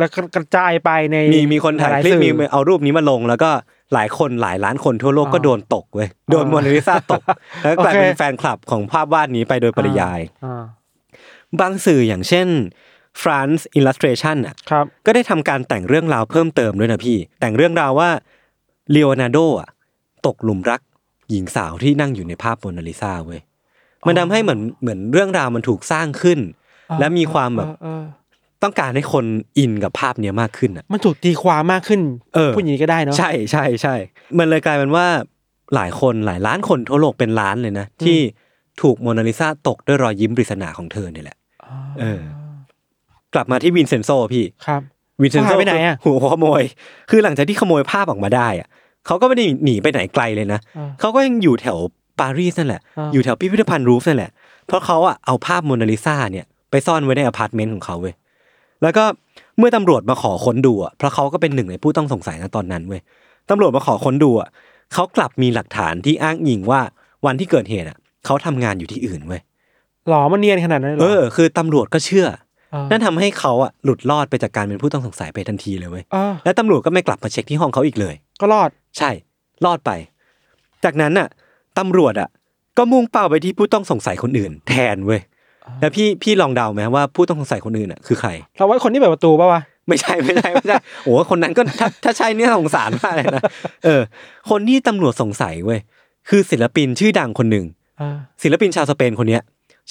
Speaker 3: แล้วก็กระจายไปใน
Speaker 2: มีมีคนถ่าย
Speaker 3: หล
Speaker 2: คลิป
Speaker 3: สื่อ
Speaker 2: มีเอารูปนี้มาลงแล้วก็หลายคนหลายล้านคนทั่วโลก
Speaker 3: อ่า
Speaker 2: ก็โดนตกเว้ยโดน
Speaker 3: อ่า
Speaker 2: โมนาลิซาตก แล้วก็กลายเป็น
Speaker 3: โอเค
Speaker 2: แฟนคลับของภาพวาดนี้ไปโดยปริยาย
Speaker 3: อ่า
Speaker 2: บางสื่ออย่างเช่น France Illustration อ่ะ
Speaker 3: ครับ
Speaker 2: ก็ได้ทำการแต่งเรื่องราวเพิ่มเติมด้วยนะพี่ แต่งเรื่องราวว่าเลโอนาร์โดอ่ะตกหลุมรักหญิงสาวที่นั่งอยู่ในภาพโมนาลิซาเว้ยมันทำให้เหมือนเหมือนเรื่องราวมันถูกสร้างขึ้น และมีความแบบ
Speaker 3: เออเออ
Speaker 2: ต้องการให้คนอินกับภาพเนี้ยมากขึ้นอ่ะ
Speaker 3: มันถูกตีความมากขึ้น
Speaker 2: เออ
Speaker 3: พูดอย่างนี้ก็ได้เนาะ
Speaker 2: ใช่ใช่ใช่ มันเลยกลายเป็นว่าหลายคนหลายล้านคนทั่วโลกเป็นล้านเลยนะ
Speaker 3: อืม
Speaker 2: ที่ถูกโมนาลิซาตกด้วยรอยยิ้มปริศนาของเธอเนี่ยแหละ
Speaker 3: อ่า
Speaker 2: เออ กลับมาที่วินเซนโซพี่
Speaker 3: ครับ
Speaker 2: วินเซนโซ
Speaker 3: เขาหายไปไหนอะ
Speaker 2: หัวขโมย คือหลังจากที่ขโมยภาพออกมาได้อะเขาก็ไม่ได้หนีไปไหนไกลเลยนะ
Speaker 3: อ่า
Speaker 2: เขาก็ยังอยู่แถวปารีสนั่นแหละ
Speaker 3: อ่า
Speaker 2: อยู่แถวพิพิธภัณฑ์รูฟนั่นแหละ เพราะเขาอะเอาภาพโมนาลิซาเนี่ยไปซ่อนไว้ในอพาร์ตเมนต์ของเขาเว้ย แล้วก็เมื่อตำรวจมาขอค้นดูอะเพราะเขาก็เป็นหนึ่งในผู้ต้องสงสัยนะตอนนั้นเว้ย ตำรวจมาขอค้นดูอะเขากลับมีหลักฐานที่อ้างอิงว่าวันที่เกิดเหตุอะเขาทำงานอยู่ที่อื่นเว้ย
Speaker 3: หลอมันเนียนขนาดนั้นเลยหร
Speaker 2: เออ คือตำรวจก็เชื่อ
Speaker 3: า
Speaker 2: นั่นทำให้เขาอะหลุดรอดไปจากการเป็นผู้ต้องสงสัยไปทันทีเลยเว้ย
Speaker 3: อ่า
Speaker 2: และตำรวจก็ไม่กลับมาเช็คที่ห้องเขาอีกเลย
Speaker 3: ก็รอด
Speaker 2: ใช่ รอดไป จากนั้นน่ะตำรวจอ่ะ ก็มุ่งเป้าไปที่ผู้ต้องสงสัยคนอื่น แทนเว้ยแล้วพี่พี่ลองเดาไหมว่าผู้ต้องสงสัยคนอื่นอ่ะคือใคร
Speaker 3: เราไว้คนที่เปิดประตูป่าวะ
Speaker 2: ไม่ใช่ไม่ใช่ไม่ใช่โอ้โหคนนั้นก็ถ้าถ้าใช่เนี่ยสงสารมากเลยนะเออ คนที่ตำรวจสงสัยเว้ยคือศิลปินชื่อดังคนหนึ่ง
Speaker 3: อ่า
Speaker 2: ศิลปินชาวสเปนคนเนี้ย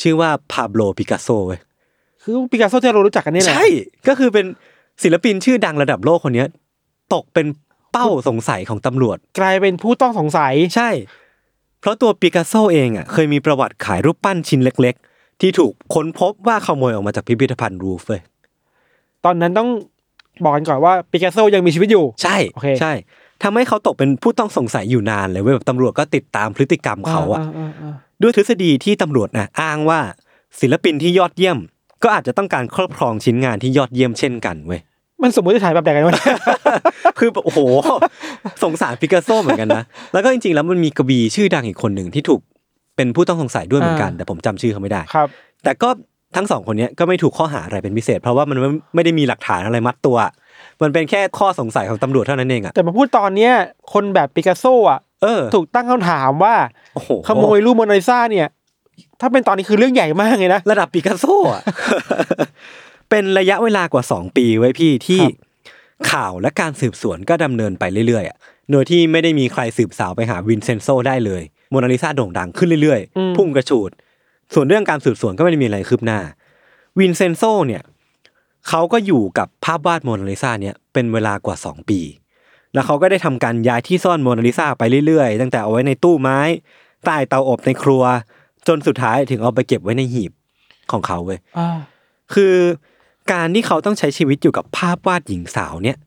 Speaker 2: ชื่อว่าพาโบโลปิกัสโซเว้ย
Speaker 3: คือปิกัสโซที่เรารู้จักกันนี่แหละ
Speaker 2: ใช่ ก็คือเป็นศิลปินชื่อดังระดับโลกคนเนี้ย ตกเป็นเป้าสงสัยของตำรวจ
Speaker 3: กลายเป็นผู้ต้องสงสัย
Speaker 2: ใช่ เพราะตัวปิกัสโซเองอ่ะเคยมีประวัติขายรูปปั้นชิ้นเล็ก ๆ ที่ถูกค้นพบว่าขโมยออกมาจากพิพิธภัณฑ์รูฟเว้ย
Speaker 3: ตอนนั้นต้องบอกกันก่อนว่าปิกัสโซยังมีชีวิตอยู่
Speaker 2: ใช่
Speaker 3: โอเค
Speaker 2: ใช่ทำให้เขาตกเป็นผู้ต้องสงสัยอยู่นานเลยเว้ยแบบตำรวจก็ติดตามพฤติกรรมเขาอ่ะ
Speaker 3: อ่า
Speaker 2: ด้วยทฤษฎีที่ตำรวจนะอ้างว่าศิลปินที่ยอดเยี่ยม ก็อาจจะต้องการครอบครองชิ้น งานที่ยอดเยี่ยมเช่นกันเว้ย
Speaker 3: มันสมมติฐานแบบไหนกันวะ
Speaker 2: คือแบบโอ้โห สงสารปิกัสโซเหมือนกันนะ แล้วก็จริงๆ แล้วมันมีกบีชื่อดังอีกคนหนึ่งที่ถูกเป็นผู้ต้องสงสัยด้วยเหมือนกัน
Speaker 3: อ่า
Speaker 2: แต่ผมจำชื่อเขาไม่ได้
Speaker 3: ครับ
Speaker 2: แต่ก็ทั้งสองคนเนี้ยก็ไม่ถูกข้อหาอะไรเป็นพิเศษ เพราะว่ามันไม่ไม่ได้มีหลักฐานอะไรมัดตัว มันเป็นแค่ข้อสงสัยของตำรวจเท่านั้นเองอ่ะ
Speaker 3: แต่มาพูดตอนเนี้ยคนแบบปิกัสโซอ่ะ
Speaker 2: เออ
Speaker 3: ถูกตั้งคำถามว่า
Speaker 2: โอ้โห
Speaker 3: ขโมยรูปโมนาลิซาเนี่ย ถ้าเป็นตอนนี้คือเรื่องใหญ่มากเลยนะ
Speaker 2: ระดับปิกัสโซอ่ะ เป็นระยะเวลากว่าสองปีไว้พี่ที่
Speaker 3: ครับ
Speaker 2: ข่าวและการสืบสวนก็ดำเนินไปเรื่อยๆอะโดยที่ไม่ได้มีใครสืบสาวไปหาวินเซนโซได้เลยโมนาลิซาโด่งดังขึ้นเรื่อย
Speaker 3: อืม
Speaker 2: พุ่งกระฉูด ส่วนเรื่องการสืบสวนก็ไม่ได้มีอะไรคืบหน้า วินเซนโซเนี่ยเขาก็อยู่กับภาพวาดโมนาลิซาเนี่ยเป็นเวลากว่า 2 ปี แล้วเขาก็ได้ทำการย้ายที่ซ่อนโมนาลิซาไปเรื่อยๆ ตั้งแต่เอาไว้ในตู้ไม้ ใต้เตาอบในครัว จนสุดท้ายถึงเอาไปเก็บไว้ในหีบของเขาเว้ย
Speaker 3: อ่า
Speaker 2: คือการที่เขาต้องใช้ชีวิตอยู่กับภาพวาดหญิงสาวเนี่ย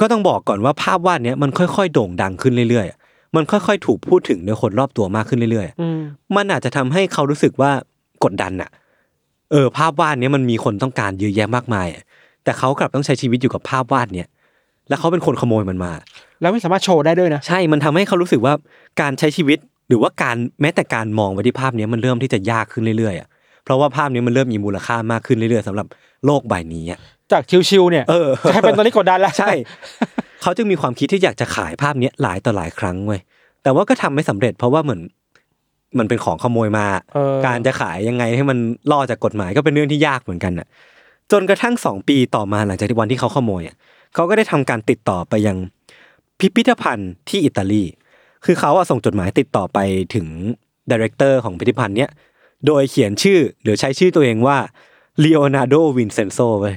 Speaker 2: ก็ต้องบอกก่อนว่าภาพวาดเนี่ยมันค่อยๆ โด่งดังขึ้นเรื่อยๆ มันค่อยๆ ถูกพูดถึงโดยคนรอบตัวมากขึ้นเรื่อย
Speaker 3: อืม
Speaker 2: ๆ มันอาจจะทำให้เขารู้สึกว่ากดดันอะเออ ภาพวาดเนี่ยมันมีคนต้องการเยอะแยะมากมายอะแต่เขากลับต้องใช้ชีวิตอยู่กับภาพวาดเนี่ย แล้วเขาเป็นคนขโมยมันมา
Speaker 3: แล้วไม่สามารถโชว์ได้ด้วยนะ
Speaker 2: ใช่ มันทำให้เขารู้สึกว่าการใช้ชีวิตหรือว่าการแม้แต่การมองไปที่ภาพเนี้ยมันเริ่มที่จะยากขึ้นเรื่อยๆอะเพราะว่าภาพเนี้ยมันเริ่มมีมูลค่ามากขึ้นเรื่อยๆสำหรับโลกใบนี้อะ
Speaker 3: จากชิวๆเนี่ย
Speaker 2: เออ
Speaker 3: จะให้เป็นตอนนี้กดดันแล้ว
Speaker 2: ใช่ เขาจึงมีความคิดที่อยากจะขายภาพเนี้ยหลายต่อหลายครั้งเว้ย แต่ว่าก็ทำไม่สำเร็จเพราะว่าเหมือนมันเป็นของขโมยมา
Speaker 3: เออ
Speaker 2: การจะขายยังไงให้มันล่อจากกฎหมายก็เป็นเรื่องที่ยากเหมือนกันน่ะ จนกระทั่งสองปีต่อมาหลังจากที่วันที่เขาขโมยอ่ะเขาก็ได้ทำการติดต่อไปยังพิพิธภัณฑ์ที่อิตาลี คือเขาอะส่งจดหมายติดต่อไปถึงดีเรคเตอร์ของพิพิธภัณฑ์เนี้ย โดยเขียนชื่อหรือใช้ชื่อตัวเองว่าเลโอนาร์โดวินเซนโซเว้ย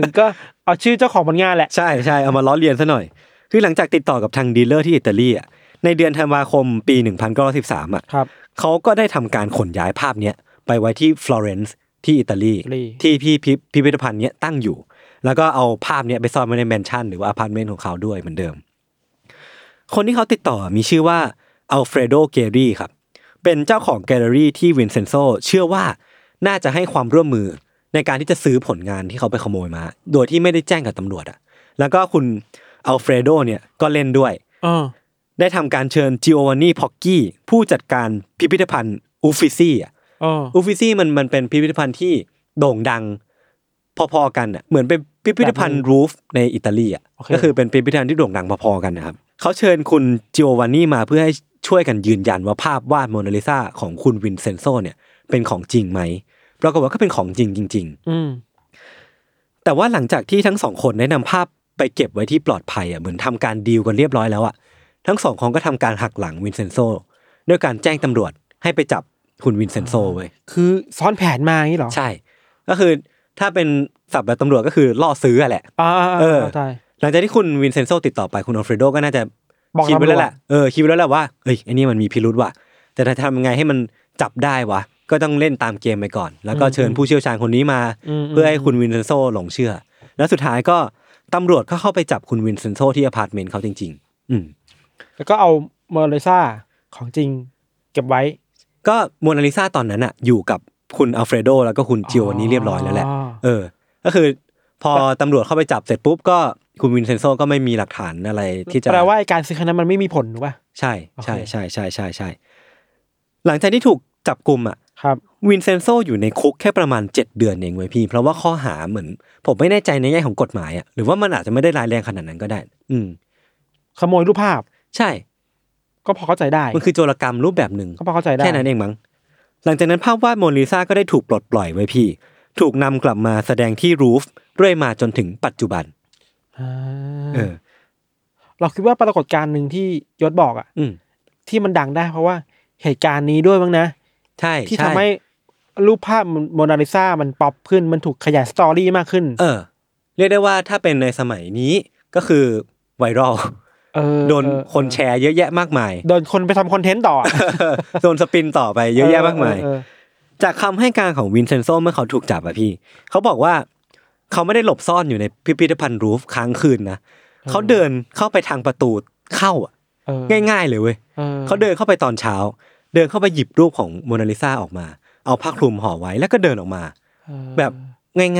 Speaker 3: มันก็เอาชื่อเจ้าของผลงานแหละ
Speaker 2: ใช่ใช่เอามาล้อเลียนซะหน่อย คือหลังจากติดต่อกับทางดีลเลอร์ที่อิตาลีอ่ะในเดือนธันวาคมปี 1913อ่ะ
Speaker 3: ครับ
Speaker 2: เขาก็ได้ทำการขนย้ายภาพเนี้ยไปไว้ที่ฟลอเรนซ์ที่อิตาลี
Speaker 3: อิตาลี
Speaker 2: ที่พี่พิพิพิพิธภัณฑ์เนี้ยตั้งอยู่ แล้วก็เอาภาพเนี้ยไปซ่อนไว้ในแมนชั่นหรือว่าอพาร์ตเมนต์ของเขาด้วยเหมือนเดิม คนที่เขาติดต่อมีชื่อว่าอัลเฟรโดเกรี่ครับ เป็นเจ้าของแกลเลอรี่ที่วินเซนโซเชื่อว่าน่าจะให้ความร่วมมือในการที่จะซื้อผลงานที่เขาไปขโมยมา โดยที่ไม่ได้แจ้งกับตำรวจอะแล้วก็คุณอัลเฟรโดเนี่ยก็เล่นด้วย
Speaker 3: เออ
Speaker 2: ได้ทำการเชิญจิโอวานนี่พ็อกกี้ผู้จัดการพิพิธภัณฑ์อูฟิซี่อะ
Speaker 3: เออ
Speaker 2: อูฟิซี่มันมันเป็นพิพิธภัณฑ์ที่โด่งดังพอๆกันอ่ะเหมือนเป็นพิพิธภัณฑ์รูฟในอิตาลีอ่ะ
Speaker 3: โอเค
Speaker 2: ก็คือเป็นพิพิธภัณฑ์ที่โด่งดังพอๆกันนะครับเขาเชิญคุณจิโอวานนี่มาเพื่อให้ช่วยกันยืนยันว่าภาพวาดโมนาลิซาของคุณวินเซนโซเนี่ยเป็นของจริงไหมปรากฏว่าก็เป็นของจริงจริง ๆ
Speaker 3: อืม
Speaker 2: แต่ว่าหลังจากที่ทั้งสองคนได้นำภาพไปเก็บไว้ที่ปลอดภัยอ่ะเหมือนทำการดีลกันเรียบร้อยแล้วอ่ะทั้งสองคนก็ทำการหักหลังวินเซนโซด้วยการแจ้งตำรวจให้ไปจับคุณวินเซนโซเว้ย
Speaker 3: คือซ้อนแผนมาอย่างนี้เหรอ
Speaker 2: ใช่ ก็คือถ้าเป็นศัพท์แบบตำรวจก็คือล่อซื้ออะแหละ
Speaker 3: อ่า
Speaker 2: เออ
Speaker 3: ใช่
Speaker 2: หลังจากที่คุณวินเซนโซติดต่อไปคุณอัลเฟรโดก็น่าจะ
Speaker 3: บอก
Speaker 2: คิดไว้แล้ว
Speaker 3: ตำรวจ
Speaker 2: แหละเออคิดไว้แล้วแหละว่าเอ้ยไอันนี้มันมีพิรุษว่ะแต่จะทำยังไงให้มันจับได้วะ ก็ต้องเล่นตามเกมไปก่อน แล้วก็เชิญผู้เชี่ยวชาญคนนี้มา
Speaker 3: ม
Speaker 2: เพื่อให้คุณวินเซนโซหลงเชื่อ แล้วสุดท้ายก็ตำรวจก็เข้าไปจับคุณวินเซนโซที่อพาร์ตเมนต์เขาจริง ๆ อืม
Speaker 3: แล้วก็เอาโมนาลิซาของจริงเก็บไว้
Speaker 2: ก็โมนาลิซาตอนนั้นอะอยู่กับคุณอัลเฟรโดแล้วก็คุณจิโอวานนี่เรียบร้อยแล้วแหละ
Speaker 3: อ๋อ
Speaker 2: เออ ก็คือพอตำรวจเข้าไปจับเสร็จปุ๊บก็คุณวินเซนโซก็ไม่มีหลักฐานอะไรที่จะ
Speaker 3: แปลว่าไอ้การซื้อครั้งนั้นมันไม่มีผลหรือเปล่า
Speaker 2: ใช่ใช่
Speaker 3: โอเค
Speaker 2: ใช่ใช่ใช่ใช่หลังจากที่ถูกจับกลุ่มอ่ะ
Speaker 3: ครับ
Speaker 2: วินเซนโซอยู่ในคุกแค่ประมาณ 7 เดือนเองเว้ยพี่ เพราะว่าข้อหาเหมือน ผมไม่แน่ใจในแง่ของกฎหมายอ่ะหรือว่ามันอาจจะไม่ได้ร้ายแรงขนาดนั้นก็ได้ อืม
Speaker 3: ขโมยรูปภาพ
Speaker 2: ใช่
Speaker 3: ก็พอเข้าใจได้
Speaker 2: มันคือโจรกรรมรูปแบบหนึ่ง
Speaker 3: ก็พอเข้าใจได้
Speaker 2: แค่นั้นเองมั้ง หลังจากนั้นภาพวาดโมนาลิซาก็ได้ถูกปลดปล่อยไว้พี่ ถูกนำกลับมาแสดงที่รูฟเรื่อยมาจนถึงปัจจุบัน
Speaker 3: อ่า
Speaker 2: เออ
Speaker 3: เราคิดว่าปรากฏการณ์หนึ่งที่ยศบอกอ่ะ
Speaker 2: อืม
Speaker 3: ที่มันดังได้เพราะว่าเหตุการณ์นี้ด้วยมั้งนะ
Speaker 2: ใช่
Speaker 3: ที่
Speaker 2: ช่
Speaker 3: ทำให้รูปภาพโมนาลิซามันป๊อปขึ้นมันถูกขยายสตอรี่มากขึ้น
Speaker 2: เออ เรียกได้ว่าถ้าเป็นในสมัยนี้ก็คือไวรัล
Speaker 3: เออ
Speaker 2: โดน
Speaker 3: เออ
Speaker 2: คนแชร์เยอะแยะมากมาย
Speaker 3: โดนคนไปทำคอนเทนต์ต่ออะ
Speaker 2: โดนสปินต่อไปเยอะแยะมากมาย
Speaker 3: เออเออ
Speaker 2: จากคำให้การของวินเซนโซเมื่อเขาถูกจับอะพี่ เขาบอกว่าเขาไม่ได้หลบซ่อนอยู่ในพิพิธภัณฑ์รูฟค้างคืนนะเขาเดินเข้าไปทางประตูเข้าอะ
Speaker 3: เออ
Speaker 2: ง่าย ๆ เลยเว้ย
Speaker 3: ออ
Speaker 2: เขาเดินเข้าไปตอนเช้า เดินเข้าไปหยิบรูปของโมนาลิซาออกมา เอาผ้าคลุมห่อไว้แล้วก็เดินออกมา
Speaker 3: เออ
Speaker 2: แบบ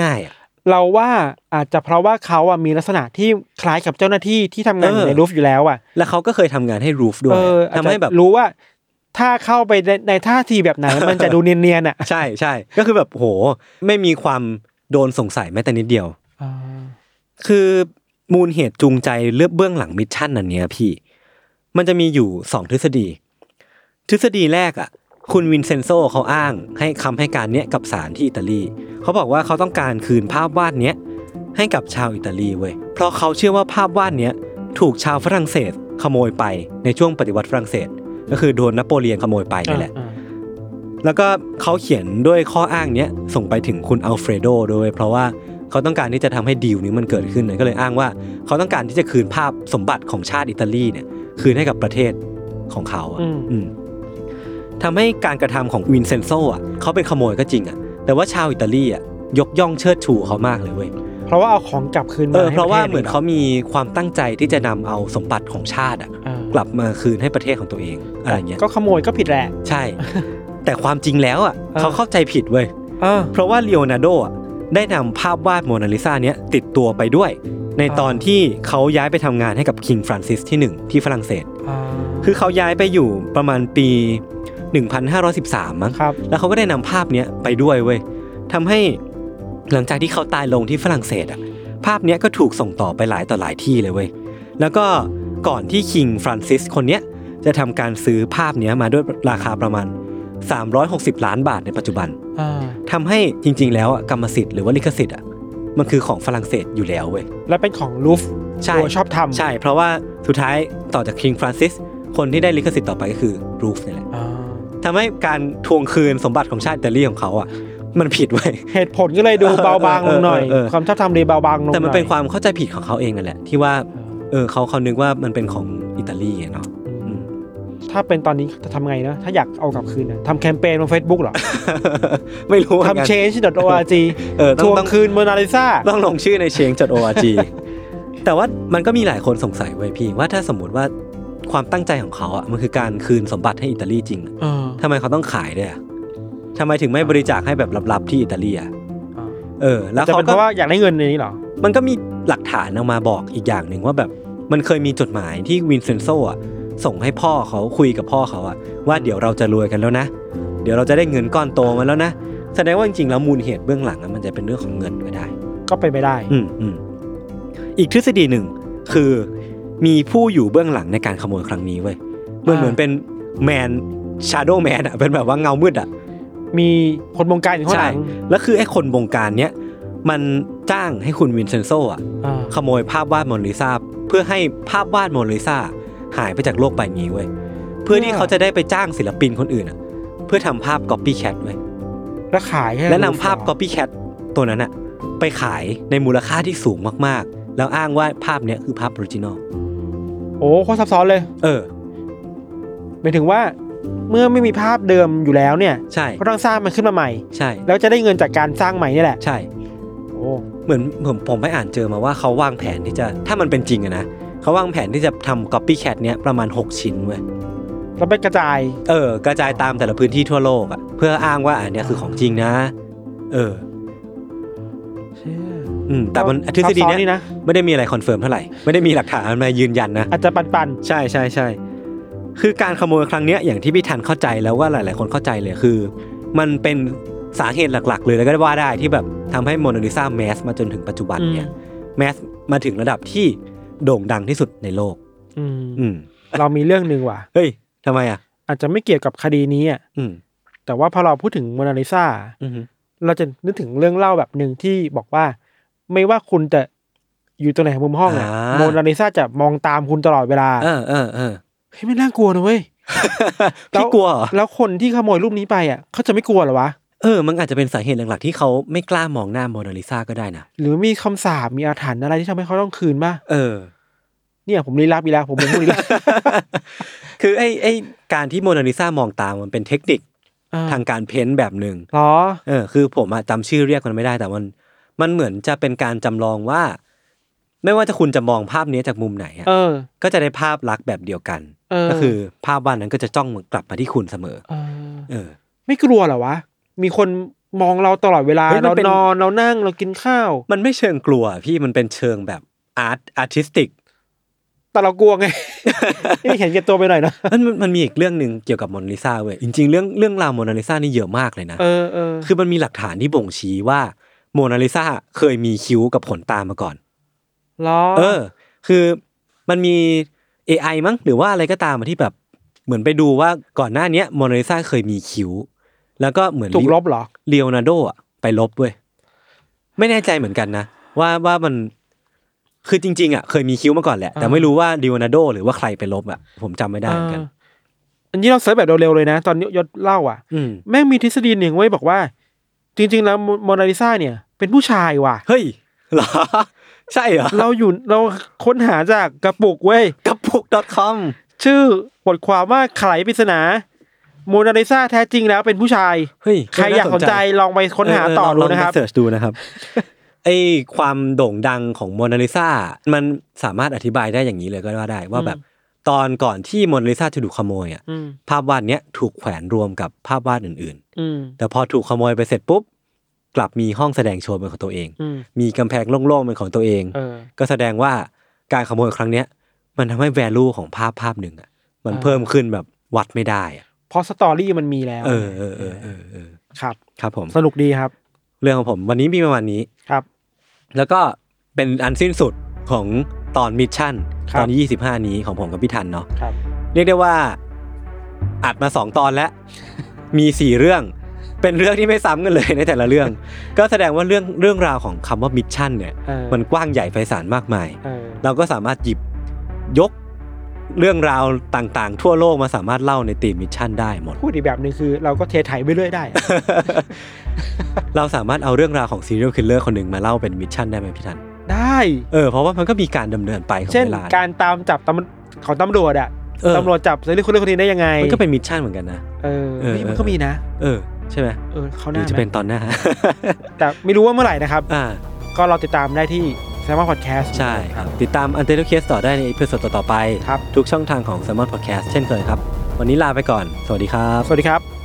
Speaker 2: ง่ายๆอะ
Speaker 3: เราว่าอาจจะเพราะว่าเขาอ่ะมีลักษณะที่คล้ายกับเจ้าหน้าที่ที่ทำงานอยู่ใน
Speaker 2: เออ
Speaker 3: รูฟอยู่แล้วอ่ะ
Speaker 2: แล้วเขาก็เคยทำงานให้รูฟด้ว
Speaker 3: เอย ออาจ
Speaker 2: ทำ
Speaker 3: จะ
Speaker 2: ให้แบบ
Speaker 3: รู้ว่า ถ้าเข้าไปในในท่าทีแบบ ไหน มันจะดูเนียนๆอ่ะ
Speaker 2: ใช่ใช่ก็คือแบบโห ไม่มีความโดนสงสัยแม้แต่นิดเดียว คือมูลเหตุจูงใจเลือกเบื้องหลังมิชชั่นอันเนี้ยพี่ มันจะมีอยู่สองทฤษฎี ทฤษฎีแรกอ่ะ คุณวินเซนโซเขาอ้างให้คำให้การเนี้ยกับศาลที่อิตาลี เขาบอกว่าเขาต้องการคืนภาพวาดเนี้ยให้กับชาวอิตาลีเว้ย เพราะเขาเชื่อว่าภาพวาดเนี้ยถูกชาวฝรั่งเศส ขโมยไปในช่วงปฏิวัติฝรั่งเศส ก็คือโดนนโปเลียนขโมยไปนี่แหละ
Speaker 3: อ่า
Speaker 2: แล้วก็เขาเขียนด้วยข้ออ้างเนี้ยส่งไปถึงคุณอัลเฟรโดด้วย เพราะว่าเขาต้องการที่จะทำให้ดีลนี้มันเกิดขึ้นเลยก็เลยอ้างว่า เขาต้องการที่จะคืนภาพสมบัติของชาติอิตาลีเนี่ยคืนให้กับประเทศของเขาอะ
Speaker 3: อืม
Speaker 2: อืมทำให้การกระทำของวินเซนโซอ่ะเขาเป็นขโมยก็จริงอ่ะ แต่ว่าชาวอิตาลีอ่ะยกย่องเชิดชูเขามากเลยเว้ย
Speaker 3: เพราะว่าเอาของกลับคืนมา
Speaker 2: เออ
Speaker 3: ให้
Speaker 2: เพราะว่าเหมือน
Speaker 3: ปทศ
Speaker 2: เขามีความตั้งใจที่จะนำเอาสมบัติของชาติอ่ะ
Speaker 3: เออก
Speaker 2: ลับมาคืนให้ประเทศของตัวเองอะไรเงี้ย
Speaker 3: ก็ขโมยก็ผิดแหละ
Speaker 2: ใช่ แต่ความจริงแล้วอ่ะ
Speaker 3: เออ
Speaker 2: เขาเข้าใจผิดเว้ย
Speaker 3: เออ
Speaker 2: เพราะว่าเลโอนาร์โดอะได้นำภาพวาดโมนาลิซาเนี้ยติดตัวไปด้วย ในตอนที่เขาย้ายไปทำงานให้กับคิงฟรานซิสที่ 1 ที่ฝรั่งเศส
Speaker 3: อ่า
Speaker 2: คือเขาย้ายไปอยู่ประมาณปี 1513 มั้ง
Speaker 3: ครับ
Speaker 2: แล้วเขาก็ได้นำภาพเนี้ยไปด้วยเว้ยทำให้หลังจากที่เขาตายลงที่ฝรั่งเศสอะภาพเนี้ยก็ถูกส่งต่อไปหลายต่อหลายที่เลยเว้ย แล้วก็ก่อนที่คิงฟรานซิสคนเนี้ยจะทำการซื้อภาพเนี้ยมาด้วยราคาประมาณ 360 ล้านบาทในปัจจุบัน
Speaker 3: อ่า
Speaker 2: ทำให้จริงๆ แล้วอะกรรมสิทธิ์หรือว่าลิขสิทธิ์อ่ะมันคือของฝรั่งเศสอยู่แล้วเว้ย
Speaker 3: แล้วเป็นของลูฟ
Speaker 2: ใช่
Speaker 3: ตัวชอบทำ
Speaker 2: ใช่ เพราะว่าสุดท้ายต่อจากคิงฟรานซิสคนที่ได้ลิขสิทธิ์ต่อไปก็คือรูฟนี่แหละ
Speaker 3: อ่า
Speaker 2: ทำให้การทวงคืนสมบัติของชาติอิตาลีของเขาอ่ะมันผิดเว้ย
Speaker 3: เหตุผลก็เลยดูเบาบางลงหน่อย
Speaker 2: เออเออเออ
Speaker 3: ความชอบทำเลยเบาบางลงหอย
Speaker 2: แต่มันเป็นความเข้าใจผิดของเขาเองนั่นแหละ ที่ว่า
Speaker 3: เออ
Speaker 2: เออเขาเขานึกว่ามันเป็นของอิตาลีอะเนาะ อืม
Speaker 3: ถ้าเป็นตอนนี้จะทำไงนะ ถ้าอยากเอากลับคืนนะทำแคมเปญบน Facebook เหรอ
Speaker 2: ไม่รู้เหมือนกัน
Speaker 3: ทำ change.org
Speaker 2: เออต้อ
Speaker 3: ท
Speaker 2: ง
Speaker 3: วง
Speaker 2: ต้อง
Speaker 3: คืนโมนาลิซา
Speaker 2: ต้องลงชื่อในเชงจด org แต่ว่ามันก็มีหลายคนสงสัยเว้ยพี่ว่าถ้าสมมติว่าความตั้งใจของเขาอ่ะมันคือการคืนสมบัติให้อิตาลีจริงอะ
Speaker 3: เออ
Speaker 2: ทำไมเขาต้องขายด้วยอะทำไมถึงไม่บริจาคให้แบบลับๆที่อิตาลีอ่ะ เออ แล้ว
Speaker 3: จะ
Speaker 2: เขา
Speaker 3: เป็นเพ
Speaker 2: ก็
Speaker 3: ราะว่าอยากได้เงินในนี้เหรอ
Speaker 2: มันก็มีหลักฐานออกมาบอกอีกอย่างหนึ่งว่าแบบมันเคยมีจดหมายที่วินเซนโซอ่ะส่งให้พ่อเขาคุยกับพ่อเขาอ่ะว่าเดี๋ยวเราจะรวยกันแล้วนะ เดี๋ยวเราจะได้เงินก้อนโตมาแล้วนะ แสดงว่าจริงๆแล้วมูลเหตุเบื้องหลังอะมันจะเป็นเรื่องของเงินก็ได้
Speaker 3: ก็ไปนไม่ได้
Speaker 2: อืมอืมอีกทฤษฎีหนึ่งคือมีผู้อยู่เบื้องหลังในการขโมยครั้งนี้เว้ยเหมือน
Speaker 3: อ่า
Speaker 2: เหมือนเป็นแมนชาโดว์แมนอ่ะเป็นแบบว่าเงามืดอ่ะ
Speaker 3: มีคนบงการอยู่ข้างห
Speaker 2: ใช่
Speaker 3: ลัง
Speaker 2: แล้วคือไอ้คนบงการเนี้ยมันจ้างให้คุณวินเซนโซอ่ะ
Speaker 3: อ่า
Speaker 2: ขโมยภาพวาดโมนาลิซาเพื่อให้ภาพวาดโมนาลิซาหายไปจากโลกใบนี้เว้ยเพื่อที่เขาจะได้ไปจ้างศิลปินคนอื่นอ่ะเพื่อทำภาพ copycat เว้ย
Speaker 3: แล้วขายให้
Speaker 2: และนำภาพ
Speaker 3: ลูก
Speaker 2: copycat ตัวนั้นอ่ะไปขายในมูลค่าที่สูงมากๆ แล้วอ้างว่าภาพเนี้ยคือภาพออริจินอล
Speaker 3: โอ้โคตรซับซ้อนเลย
Speaker 2: เออ
Speaker 3: หมายถึงว่า เมื่อไม่มีภาพเดิมอยู่แล้วเนี่ย
Speaker 2: ใช่
Speaker 3: ก็ต้องสร้างมันขึ้นมาใหม่
Speaker 2: ใช่
Speaker 3: แล้วจะได้เงินจากการสร้างใหม่นี่แหละ
Speaker 2: ใช่
Speaker 3: โอ้
Speaker 2: เหมือนผมผมไปอ่านเจอมาว่าเขาวางแผนที่จะถ้ามันเป็นจริงอะนะเขาวางแผนที่จะทำ copycat เนี้ยประมาณ 6 ชิ้นเว้ย
Speaker 3: แล้วไปกระจาย
Speaker 2: เออกระจายตามแต่ละพื้นที่ทั่วโลกอะเพื่ออ้างว่าอันเนี้ยคือของจริงนะ เออ อืม แต่มัน
Speaker 3: ก็
Speaker 2: ทฤษฎี
Speaker 3: ซับซ้อนนี่
Speaker 2: เนี้ย
Speaker 3: นะ
Speaker 2: ไม่ได้มีอะไรคอนเฟิร์มเท่าไหร่ ไม่ได้มีหลักฐานมายืนยันนะ
Speaker 3: อาจจะปันปัน
Speaker 2: ใช่ใช่ใช่คือการขโมยครั้งเนี้ยอย่างที่พี่ทันเข้าใจแล้วว่าหลาย ๆ คนเข้าใจเลยคือ มันเป็นสาเหตุหลัก ๆ เลยแล้วก็ว่าได้ที่แบบทำให้โมนาลิซาแมสมาจนถึงปัจจุบัน
Speaker 3: อืม
Speaker 2: เนี่ยแมสมาถึงระดับที่โด่งดังที่สุดในโลก
Speaker 3: อืม
Speaker 2: อืม
Speaker 3: เรามีเรื่องหนึ่งว่ะ
Speaker 2: เฮ้ยทำไมอ่ะ
Speaker 3: อาจจะไม่เกี่ยวกับคดีนี้อะ
Speaker 2: อืม
Speaker 3: แต่ว่าพอเราพูดถึงโมนาลิซา
Speaker 2: อืม
Speaker 3: เราจะนึกถึงเรื่องเล่าแบบหนึ่งที่บอกว่า ไม่ว่าคุณจะอยู่ตรงไหนของมุมห้องอะโมนาลิซาจะมองตามคุณตลอดเวลา
Speaker 2: เออเออเออ
Speaker 3: เฮ้ยไม่น่ากลัวนะเว้ย
Speaker 2: พี่กลัวเหรอ
Speaker 3: แล้วคนที่ขโมยรูปนี้ไปอ่ะเขาจะไม่กลัวเหรอวะ
Speaker 2: เออ มันอาจจะเป็นสาเหตุหลักๆ ที่เขาไม่กล้ามองหน้าโมนาลิซาก็ได้นะ
Speaker 3: หรือมีคำสาปมีอาถรรพ์อะไรที่ทำให้เขาต้องคืนป่ะ
Speaker 2: เอ อ
Speaker 3: เนี่ยผมลี้ลับอีกแล้วผมเป็นผู้ลี้ลับ
Speaker 2: คือไอ้ไอ้การที่โมนาลิซามองตามมันเป็นเทคนิค
Speaker 3: อ่
Speaker 2: ทางการเพ้นท์แบบหนึ่ง
Speaker 3: เหรอ
Speaker 2: เออ คือผมอะจำชื่อเรียกมันไม่ได้แต่มัน มันเหมือนจะเป็นการจำลองว่า ไม่ว่าจะคุณจะมองภาพนี้จากมุมไหนอะ
Speaker 3: เออ
Speaker 2: ก็จะได้ภาพลักษณ์แบบเดียวกัน
Speaker 3: เออ
Speaker 2: ก็คือภาพวาดนั้นก็จะจ้องกลับมาที่คุณเสมอ
Speaker 3: เออ
Speaker 2: เออ
Speaker 3: ไม่กลัวเหรอวะ มีคน มองเราตลอดเวลา
Speaker 2: เฮ้ยมั
Speaker 3: เรา
Speaker 2: นเป็น
Speaker 3: นอนเรานั่งเรากินข้าว
Speaker 2: มันไม่เชิงกลัวพี่มันเป็นเชิงแบบอาร์ตอาร์ติสติก
Speaker 3: แต่เรากลั วไง นี่เห็นแก่ตัวไปหน่อยเนอะ
Speaker 2: มันมันมันมีอีกเรื่องหนึ่งเกี่ยวกับมอนาลิซาเว้ยจริงๆเรื่องเรื่องราวโมนาลิซานี่เยอะมากเลยนะ
Speaker 3: เออเออ
Speaker 2: คือมันมีหลักฐานที่บ่งชี้ว่าโมนาลิซาเคยมีคิ้วกับขนตามาก่อน
Speaker 3: ล้อ
Speaker 2: เออ คือมันมี AI มั้งหรือว่าอะไรก็ตามอะที่แบบเหมือนไปดูว่าก่อนหน้าเนี้ยโมนาลิซาเคยมีคิ้ว แล้วก็เหมือน
Speaker 3: ถูกลบเหรอ
Speaker 2: เลโอนาร์โดอะไปลบเว้ยไม่แน่ใจเหมือนกันนะ ว่าว่ามันคือจริง ๆอะเคยมีคิ้วมาก่อนแหละ แต่
Speaker 3: อ่า
Speaker 2: ไม่รู้ว่าเลโอนาร์โดหรือว่าใครไปลบอะผมจำไม่ได้เหมือนกัน
Speaker 3: เอออันนี้เราเสิร์ชแบบเร็วๆเลยนะ ตอนยศเล่าอ่ะ
Speaker 2: อืม
Speaker 3: แม่งมีทฤษฎีหนึ่งไว้บอกว่า จริง ๆ แล้วโมนาลิซาเนี่ย เป็นผู้ชายว่ะ
Speaker 2: เฮ้ยเหรอ ใช่เหรอ
Speaker 3: เราอยู่เราค้นหาจากกระปุกเว้ย
Speaker 2: กับปุก .com
Speaker 3: ชื่อบทความว่าไขปริศนาโมนาลิซาแท้จริงแล้วเป็นผู้ชาย
Speaker 2: เฮ้ย
Speaker 3: ใครอยากสนใจลองไปค้นหาต่อดูนะครับ
Speaker 2: เสิร์ชดูนะครับ ไอความโด่งดังของโมนาลิซามันสามารถอธิบายได้อย่างนี้เลยก็ว่าได้ ว่าแบบตอนก่อนที่โมนาลิซาจะถูกขโมยอ่ะ
Speaker 3: อืม
Speaker 2: ภาพวาดเนี้ยถูกแขวนรวมกับภาพวาดอื่น
Speaker 3: อืม
Speaker 2: ๆ แต่พอถูกขโมยไปเสร็จปุ๊บ กลับมีห้องแสดงโชว์เป็นของตัวเอง
Speaker 3: อืม
Speaker 2: มีกำแพงโล่งๆเป็นของตัวเอง
Speaker 3: เออ
Speaker 2: ก็แสดงว่าการขโมยครั้งเนี้ย มันทำให้แวลูของภาพภาพหนึ่งอ่ะมัน
Speaker 3: อ่า
Speaker 2: เพิ่มขึ้นแบบวัดไม่ได้อะ
Speaker 3: เพราะสตอรี่มันมีแล้ว
Speaker 2: เออเออเออเออเออ
Speaker 3: ครับ
Speaker 2: ครับผม
Speaker 3: สนุกดีครับ
Speaker 2: เรื่องของผมวันนี้มีประมาณนี้
Speaker 3: ครับ
Speaker 2: แล้วก็เป็นอันสิ้นสุดของตอนมิชชั่น
Speaker 3: ครับ
Speaker 2: ตอน 25 นี้ของผมกับพี่ทันเนาะ
Speaker 3: ครับ
Speaker 2: เรียกได้ว่าอัดมา 2 ตอนแล้ว มี 4 เรื่อง เป็นเรื่องที่ไม่ซ้ำกันเลยในแต่ละเรื่อง ก็แสดงว่าเรื่องเรื่องราวของคำว่ามิชชั่นเนี่ย
Speaker 3: เออ
Speaker 2: มันกว้างใหญ่ไพศาลมากมาย
Speaker 3: เออ
Speaker 2: เราก็สามารถหยิบยกเรื่องราวต่างๆ ทั่วโลกมาสามารถเล่าในตีมมิชชั่นได้หมด
Speaker 3: พูดอีกแบบหนึ่งคือเราก็เทไถไปเรื่อยได้อะ
Speaker 2: เราสามารถเอาเรื่องราวของซีเรียลคิลเลอร์คนหนึ่งมาเล่าเป็นมิชชั่นได้ไหมพี่ทัน
Speaker 3: ได้
Speaker 2: เออเพราะว่ามันก็มีการดำเนินไปของ
Speaker 3: เช่น
Speaker 2: เวลา
Speaker 3: การตามจับตำของตำรวจอะ
Speaker 2: เออ
Speaker 3: ตำรวจจับเรื่องคนเรื่องคนนี้ได้ยังไง
Speaker 2: มันก็เป็นมิชชั่นเหมือนกันนะ
Speaker 3: เออ
Speaker 2: เออ
Speaker 3: นี่มัน
Speaker 2: เออ
Speaker 3: ก็มีนะ
Speaker 2: เออ ใช่ไหม
Speaker 3: เออเขา
Speaker 2: ห
Speaker 3: ห
Speaker 2: รือ
Speaker 3: น้า
Speaker 2: จะ
Speaker 3: ไหม
Speaker 2: เป็นตอนหน้า
Speaker 3: แต่ไม่รู้ว่าเมื่อไหร่นะครับ
Speaker 2: อ่า
Speaker 3: ก็เราติดตามได้ที่แซมมอนพอดแคสต์
Speaker 2: ใช่ครับ ติดตามอันเทอร์เคสต่อได้ในอีพิโซดต่อๆไป
Speaker 3: ครับ
Speaker 2: ทุกช่องทางของ s ซ m o n Podcast เช่นเคยครับ วันนี้ลาไปก่อน สวัสดีครับ
Speaker 3: สวัสดีครับ